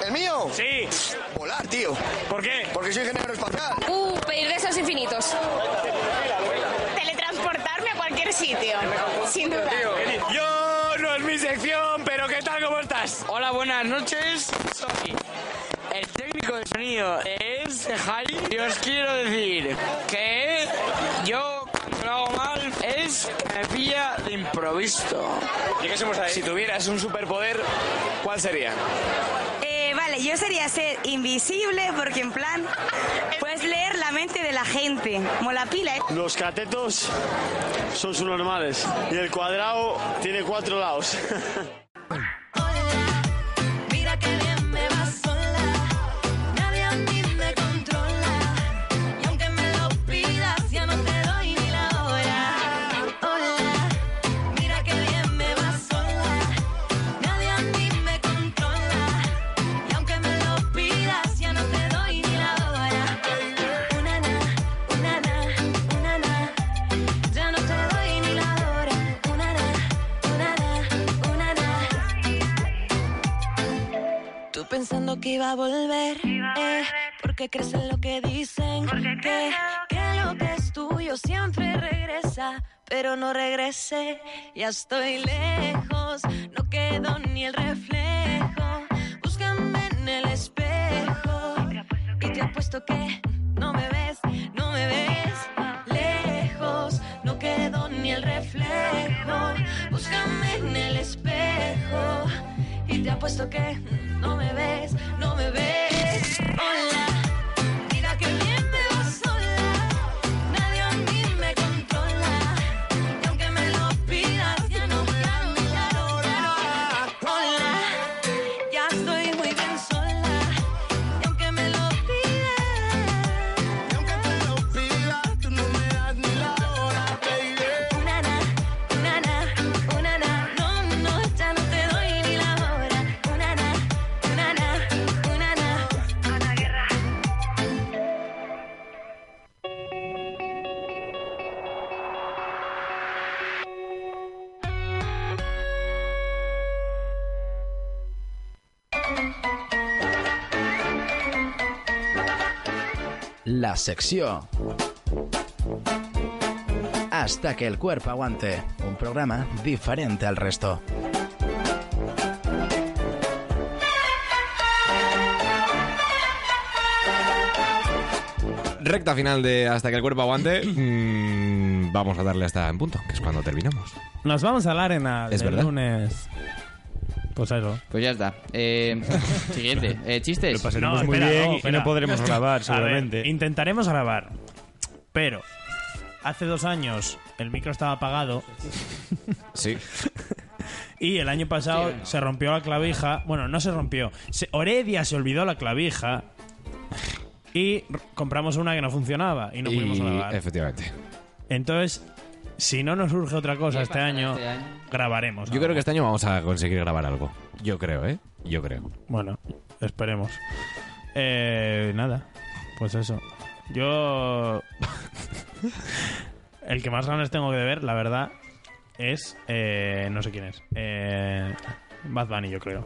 ¿El mío? Sí. Volar, tío. ¿Por qué? Porque soy ingeniero espacial. Uh, pedir deseos infinitos. Teletransportarme a cualquier sitio. Sin duda. Yo no es mi sección, pero ¿qué tal? ¿Cómo estás? Hola, buenas noches. Soy el técnico de sonido es Jari. Y os quiero decir que yo cuando lo hago mal es que me pilla de improviso. Si tuvieras un superpoder, ¿cuál sería? Eh, vale, yo sería ser invisible porque en plan puedes leer la mente de la gente. Mola pila, ¿eh? Los catetos son subnormales y el cuadrado tiene cuatro lados. Mira que bien me va sola, nadie a mí me controla. Y aunque me lo pidas, ya no te doy ni la hora. Hola, mira que bien me va sola, nadie a mí me controla. Y aunque me lo pidas, ya no te doy ni la hora. Una na, una na, una na, ya no te doy ni la hora. Una na, una na, una na. Tú pensando que iba a volver, eh, porque crees en lo que dicen, que, que lo que es tuyo siempre regresa, pero no regresé, ya estoy lejos, no quedó ni el reflejo, búscame en el espejo, y te apuesto que no me ves, no me ves, lejos, no quedó ni el reflejo, búscame en el espejo, y te apuesto que... No me ves, no me ves. Hola, mira que bien me va sola. Nadie a mí me controla. la secció. Hasta que el cuerpo aguante, un programa diferente al resto. Recta final de Hasta que el cuerpo aguante. Mm, vamos a darle hasta en punto, que es cuando terminamos. Nos vamos a la arena Es del verdad. lunes. Pues eso. Pues ya está. Eh, siguiente. Eh, ¿Chistes? Lo pasaremos No, muy espera, bien no, y no espera. podremos grabar, A ver, intentaremos grabar. Pero hace dos años el micro estaba apagado. Sí. Y el año pasado se rompió la clavija. Bueno, no se rompió. Se- Oredia se olvidó la clavija. Y r- compramos una que no funcionaba y no pudimos Y, grabar. efectivamente. Entonces, si no nos surge otra cosa ¿Qué este pasará año, este año? grabaremos. Yo creo que este año vamos a conseguir grabar algo. Yo creo, ¿eh? Yo creo. Bueno, esperemos. Eh, nada, pues eso. Yo. El que más ganas tengo que ver, la verdad, es. eh, no sé quién es. Eh, Bad Bunny, yo creo.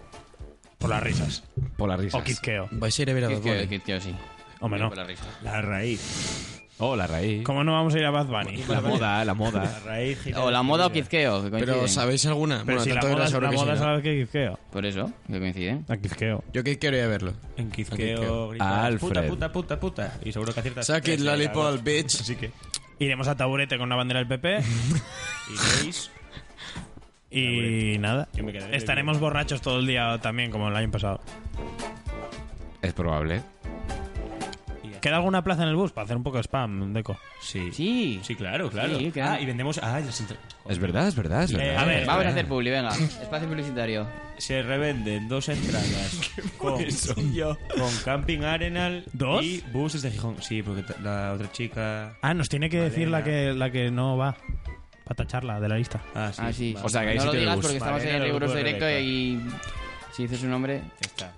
Por las risas. Por las risas. O Kitkeo. Vais a ir a ver a Bad Kitkeo, Bunny. Kitkeo, sí. Hombre, no. Por las risas. La raíz. Oh, la raíz. ¿Cómo no vamos a ir a Bad Bunny? La moda, la moda. La raíz. O la moda o Kizkeo. que Pero, coinciden. ¿sabéis alguna? Pero Bueno, si tanto la moda- verás ahora la que sí, moda ¿no? es la que Kizkeo. Por eso, que coinciden. A Kizkeo. Yo que quiero ir a verlo. En Kizkeo Alfred. Puta, puta, puta, puta. Y seguro que aciertas. Suck eh, it, lollipop, bitch. Así que. Iremos a Taburete con una bandera del PP. Iréis. y nada. me quedaré Estaremos borrachos todo el día también, como el año pasado. Es probable. ¿Queda alguna plaza en el bus para hacer un poco de spam, Deco? Sí. Sí. Sí, claro, claro. Sí, claro. ah, y vendemos. Ah, ya se entre- Es verdad, es verdad, es Eh, verdad. a ver, Vamos a espera. hacer publi, venga. Espacio publicitario. Se revenden dos entradas con, con Camping Arenal ¿Dos? y buses de Gijón. Sí, porque t- la otra chica. Ah, nos tiene que decir Malena. la que, la que no va. Para tacharla de la lista. Ah, Ah, sí. O sea, que hay no lo sitio de digas bus. porque estamos en Vale, no, el no, riguroso no, no, directo no, no. y si dices un nombre... está.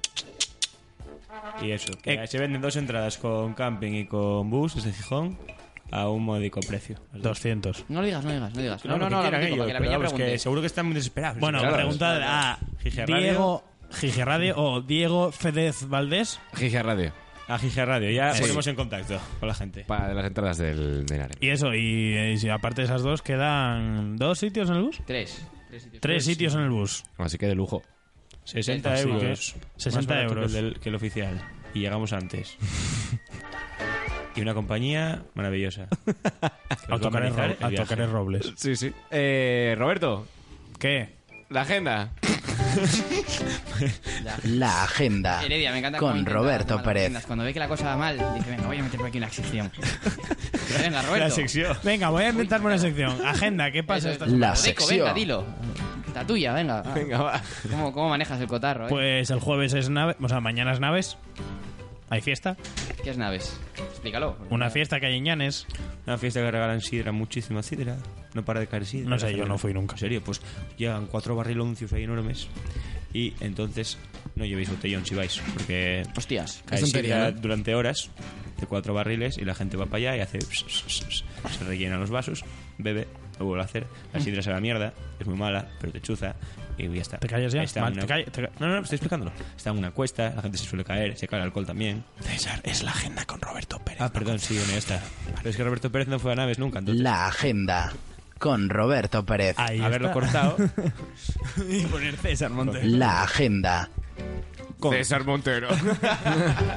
Y eso, que Eh. se venden dos entradas con camping y con bus desde Gijón a un módico precio. 200. No lo digas, no lo digas, no lo digas. No, lo no, que no, la quieran pico, ellos, para que la pero peña vamos, que pregunte. seguro que están muy desesperados. Bueno, Ah, pues Claro. preguntad a Gige Radio. Diego Gige Radio o Diego Fedez Valdés. Gija Radio. A Gija Radio, ya Sí. ponemos en contacto con la gente. Para las entradas del, del Arena. Y eso, y, eh, si aparte de esas dos, ¿quedan dos sitios en el bus? Tres. Tres sitios. Tres sitios en el bus. Así que de lujo. 60 Así que, euros. 60 más barato euros. Que el, del- que el oficial. Y llegamos antes. y una compañía maravillosa. Que A nos va tocar, el organizar ro- el a viaje. tocar el Robles. Sí, sí. Eh, Roberto. ¿Qué? La agenda. La agenda. Eh, Heredia, me encanta cómo con intenta hacer Roberto las Pérez. agendas. Cuando ve que la cosa va mal, dice, venga, voy a meter por aquí una sección. venga, Roberto. Venga, voy a inventarme una sección. Agenda, ¿qué pasa esta semana? La Deco, venga, dilo. La tuya, venga. Venga, va. ¿Cómo, cómo manejas el cotarro, eh? Pues el jueves es nave, o sea, mañana es naves. Hay fiesta. ¿Qué es naves? Explícalo. Una fiesta que hay en Llanes. Una fiesta que regalan sidra, muchísima sidra. No para de caer sidra. No sé, La yo gente no fui nunca. En serio, pues llegan cuatro barriloncios ahí enormes. Y entonces no llevéis botellón si vais. Porque. Hostias. Cae Es tontería, sidra ¿no? durante horas de cuatro barriles y la gente va para allá y hace. pss, pss, pss, pss, se rellenan los vasos, bebe, lo vuelve a hacer. La sidra es a la mierda, es muy mala, pero te chuza. Y ya está. ¿Te callas ya? Está Mal, una- te calla- te ca- No, no, no, estoy explicándolo. Está en una cuesta, la gente se suele caer, se cae el alcohol también. César, es la agenda con Roberto Pérez. Ah, perdón, sí, bueno, ya está. Pero es que Roberto Pérez no fue a naves nunca, entonces. La agenda. Con Roberto Pérez. haberlo cortado. y poner César Montero. La agenda. César Montero.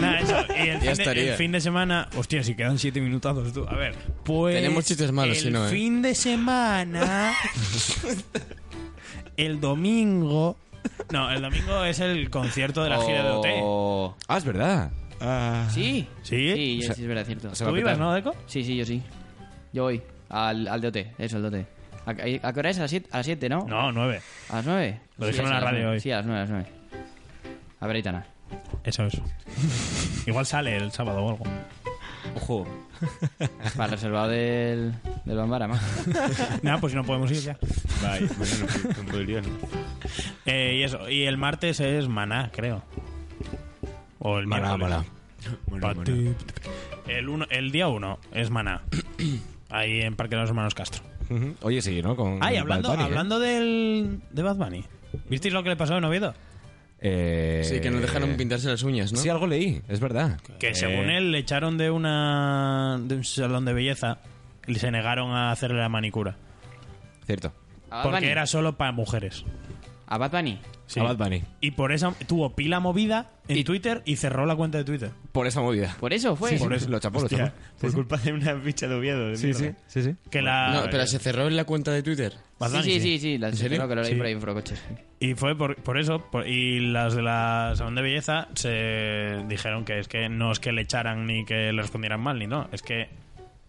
Nada, eso. Y el, Ya fin de, estaría. el fin de semana. Hostia, si quedan siete minutazos tú. A ver, pues. Tenemos chistes malos, el si no, ¿eh? fin de semana. el domingo. No, el domingo es el concierto de la gira de OT. Oh. Ah, es verdad. ¿Sí? ¿Sí? Sí, Se- sí, es verdad, es cierto. se va a ¿Tú ibas, petar. no, Deco? Sí, sí, yo sí. Yo voy al, al DOT, eso, el DOT. ¿A, a qué hora es? ¿A las 7, a las siete, no? No, nueve. ¿A las 9? Lo dijeron en la radio hoy. Sí, a las 9, a las 9. A ver, Aitana. Eso, eso. Igual sale el sábado o algo. Ojo. Para el reservado del, del Bambara, más. Nada, pues no podemos ir ya. Vaya, bueno, no, no podría, ¿no? Eh, y eso. Y el martes es Maná, creo. O el Maná, miércoles. Maná. Pati- El, uno, el día 1 es Maná. Ahí en Parque de los Hermanos Castro. Ujú. Oye, sí, ¿no? Con Ay, Bad hablando, Bunny, ¿eh? hablando del, de Bad Bunny. ¿Visteis lo que le pasó en Oviedo? Eh, Sí, que no dejaron pintarse las uñas, ¿no? Sí, algo leí, es verdad. Que según Eh, él le echaron de una de un salón de belleza y se negaron a hacerle la manicura. Cierto. ¿A Bad Porque Bunny? era solo para mujeres. ¿A Bad Bunny? Sí. A Bad Bunny. Y por esa tuvo pila movida en Twitter y cerró la cuenta de Twitter. Por esa movida. Por eso fue. Sí, por eso. Lo chapó, lo Hostia. chapó. Por culpa de una bicha de Oviedo. de Sí, mierda. sí, sí, sí. Que la- No, pero se cerró en la cuenta de Twitter. Bad Bunny, sí, sí, sí, sí, la ¿En serio? creo que lo leí Sí. por ahí en Forocoches. Y fue por, por eso. por- y las de la salón de belleza se dijeron que es que no es que le echaran ni que le respondieran mal, ni no. Es que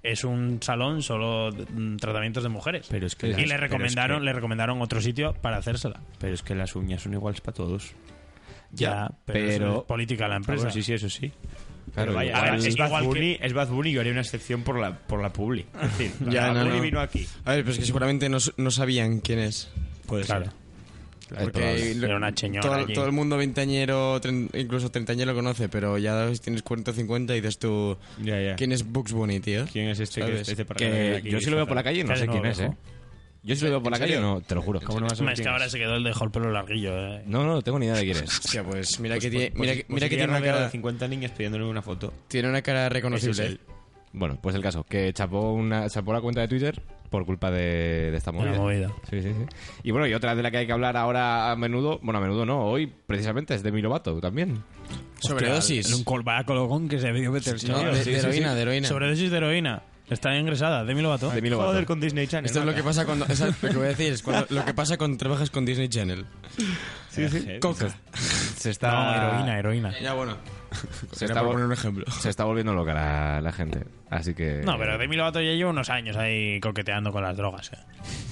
es un salón solo de- mm, tratamientos de mujeres. Pero es que y las- le pero es recomendaron, que- le recomendaron otro sitio para hacérsela. Pero es que las uñas son iguales para todos. Ah, Ya, pero eso es política la empresa. Bueno, sí, sí, eso sí. Claro, Pero vaya, igual- a ver, es es, Bad igual que- Bunny, es Bad Bunny que haría una excepción por la, por la Publi. Es decir, Ya, la no, Publi no. vino aquí. A ver, pero es que seguramente no, s- no sabían quién es. Puede ser. probable. Era una cheñora todo, allí. todo el mundo veinteañero, tren- incluso treintañero lo conoce, pero ya si tienes 40 o 50 y dices tú, ¿quién es Bugs Bunny, tío? ¿Quién es este ¿Sabes? Que yo si lo veo por la calle no sé quién es, ¿eh? Yo si lo veo por la ¿En calle serio? no, te lo juro. ¿Cómo no vas a saber es que quién ahora es? se quedó el de el pelo larguillo, eh. No, no, no tengo ni idea de quién es. Hostia, pues mira que Pues- tiene, pues- mira pues- que, mira pues que iría tiene una rodeado cara, de 50 niñas pidiéndole una foto. tiene una cara reconocible. Ese es él. Bueno, pues el caso, que chapó, una, chapó la cuenta de Twitter por culpa de, de esta De la movida. movida. Sí, sí, sí. Y bueno, y otra de la que hay que hablar ahora a menudo, bueno, a menudo no, hoy precisamente es de Milovato también. Sobredosis. un colbada colocón que se dio meter. Sí, no, de- de heroína, de heroína. Sobredosis de heroína. Está ingresada, Demi Lovato. Demi Lovato. Joder, con Disney Channel. Esto es lo que pasa cuando, esa- lo que voy a decir, es cuando- lo que pasa cuando trabajas con Disney Channel. Sí, sí. Coca. Se está... No, heroína, heroína. Ya, bueno. Se Era está, por vol- poner un ejemplo. se está volviendo loca la, la gente. Así que... No, pero Demi Lovato ya lleva unos años ahí coqueteando con las drogas. eh.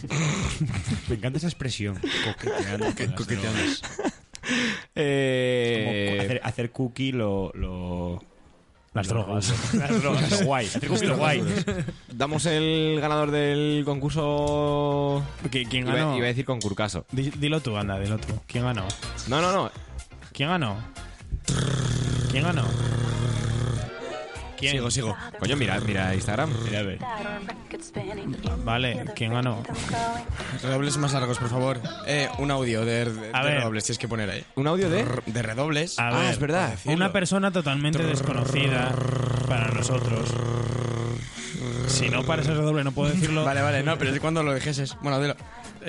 Me encanta esa expresión. Coqueteando. con las coqueteando. drogas. Eh, Como hacer, hacer cookie lo... lo- Las lo- drogas. Las drogas. lo guay. Hacer cookie lo guay. Damos el ganador del concurso... ¿Quién Iba- ganó? Iba, a decir concurcaso. Di- Dilo tú, anda, dilo tú. ¿Quién ganó? No, no, no. ¿Quién ganó? ¿Quién ganó? ¿Quién? Sigo, sigo. Coño, mira, mira Instagram. Mira, a ver. Vale, ¿quién ganó? Redobles más largos, por favor. Eh, un audio de, de- A de ver. redobles, tienes que poner ahí. ¿Un audio de? De Ah, redobles. Ah, A ver, Una persona totalmente desconocida para nosotros. Si no paras el redoble, no puedo decirlo. Vale, vale, no, pero es cuando lo dejes. Bueno, dilo.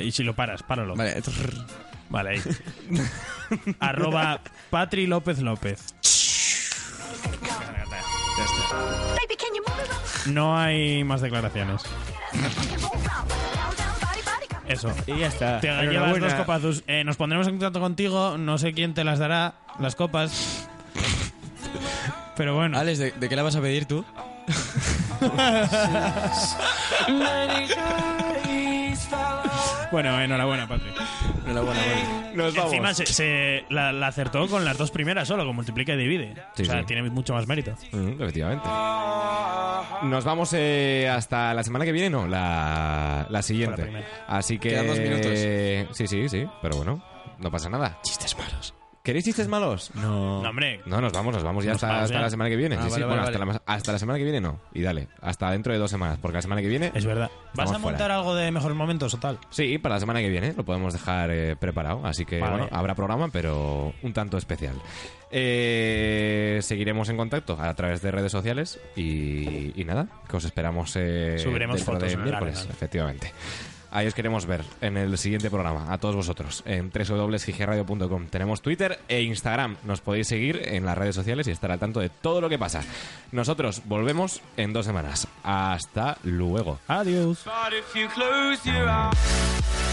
Y si lo paras, páralo. Vale. Vale, ahí. Arroba Patri López López. No hay más declaraciones. Eso. Y ya está. Ah, Te llevas Enhorabuena. dos copas. Zus. Eh, nos pondremos en contacto contigo. No sé quién te las dará, las copas. Pero bueno. Alex, ¿de, de qué la vas a pedir tú? Bueno, enhorabuena, Patri. Enhorabuena, Nos vamos. Encima se, se- la, la acertó con las dos primeras solo, con multiplica y divide. Sí, o sea, sí. tiene mucho más mérito. Mm, efectivamente. Nos vamos eh, hasta la semana que viene, no, la, la siguiente. La primera. Así que. Quedan dos minutos. Sí, sí, sí, pero bueno, no pasa nada. Chistes malos. ¿Queréis chistes malos? No. No, hombre. No, nos vamos, nos vamos ya Nos hasta, vamos hasta ya. la semana que viene. Ah, sí, sí, vale, bueno, vale, hasta, La, hasta la semana que viene no. Y dale, hasta dentro de dos semanas, porque la semana que viene. Es verdad. ¿Vas Estamos a montar fuera. algo de mejores momentos o tal? Sí, para la semana que viene lo podemos dejar eh, preparado. Así que, Vale. bueno, habrá programa, pero un tanto especial. Eh, seguiremos en contacto a través de redes sociales y, y nada, que os esperamos eh, Subiremos dentro fotos de en el miércoles, Arenal. efectivamente. Ahí os queremos ver en el siguiente programa, a todos vosotros, en www.gigradio.com. Tenemos Twitter e Instagram, nos podéis seguir en las redes sociales y estar al tanto de todo lo que pasa. Nosotros volvemos en dos semanas. Hasta luego. Adiós. But if you close your eyes.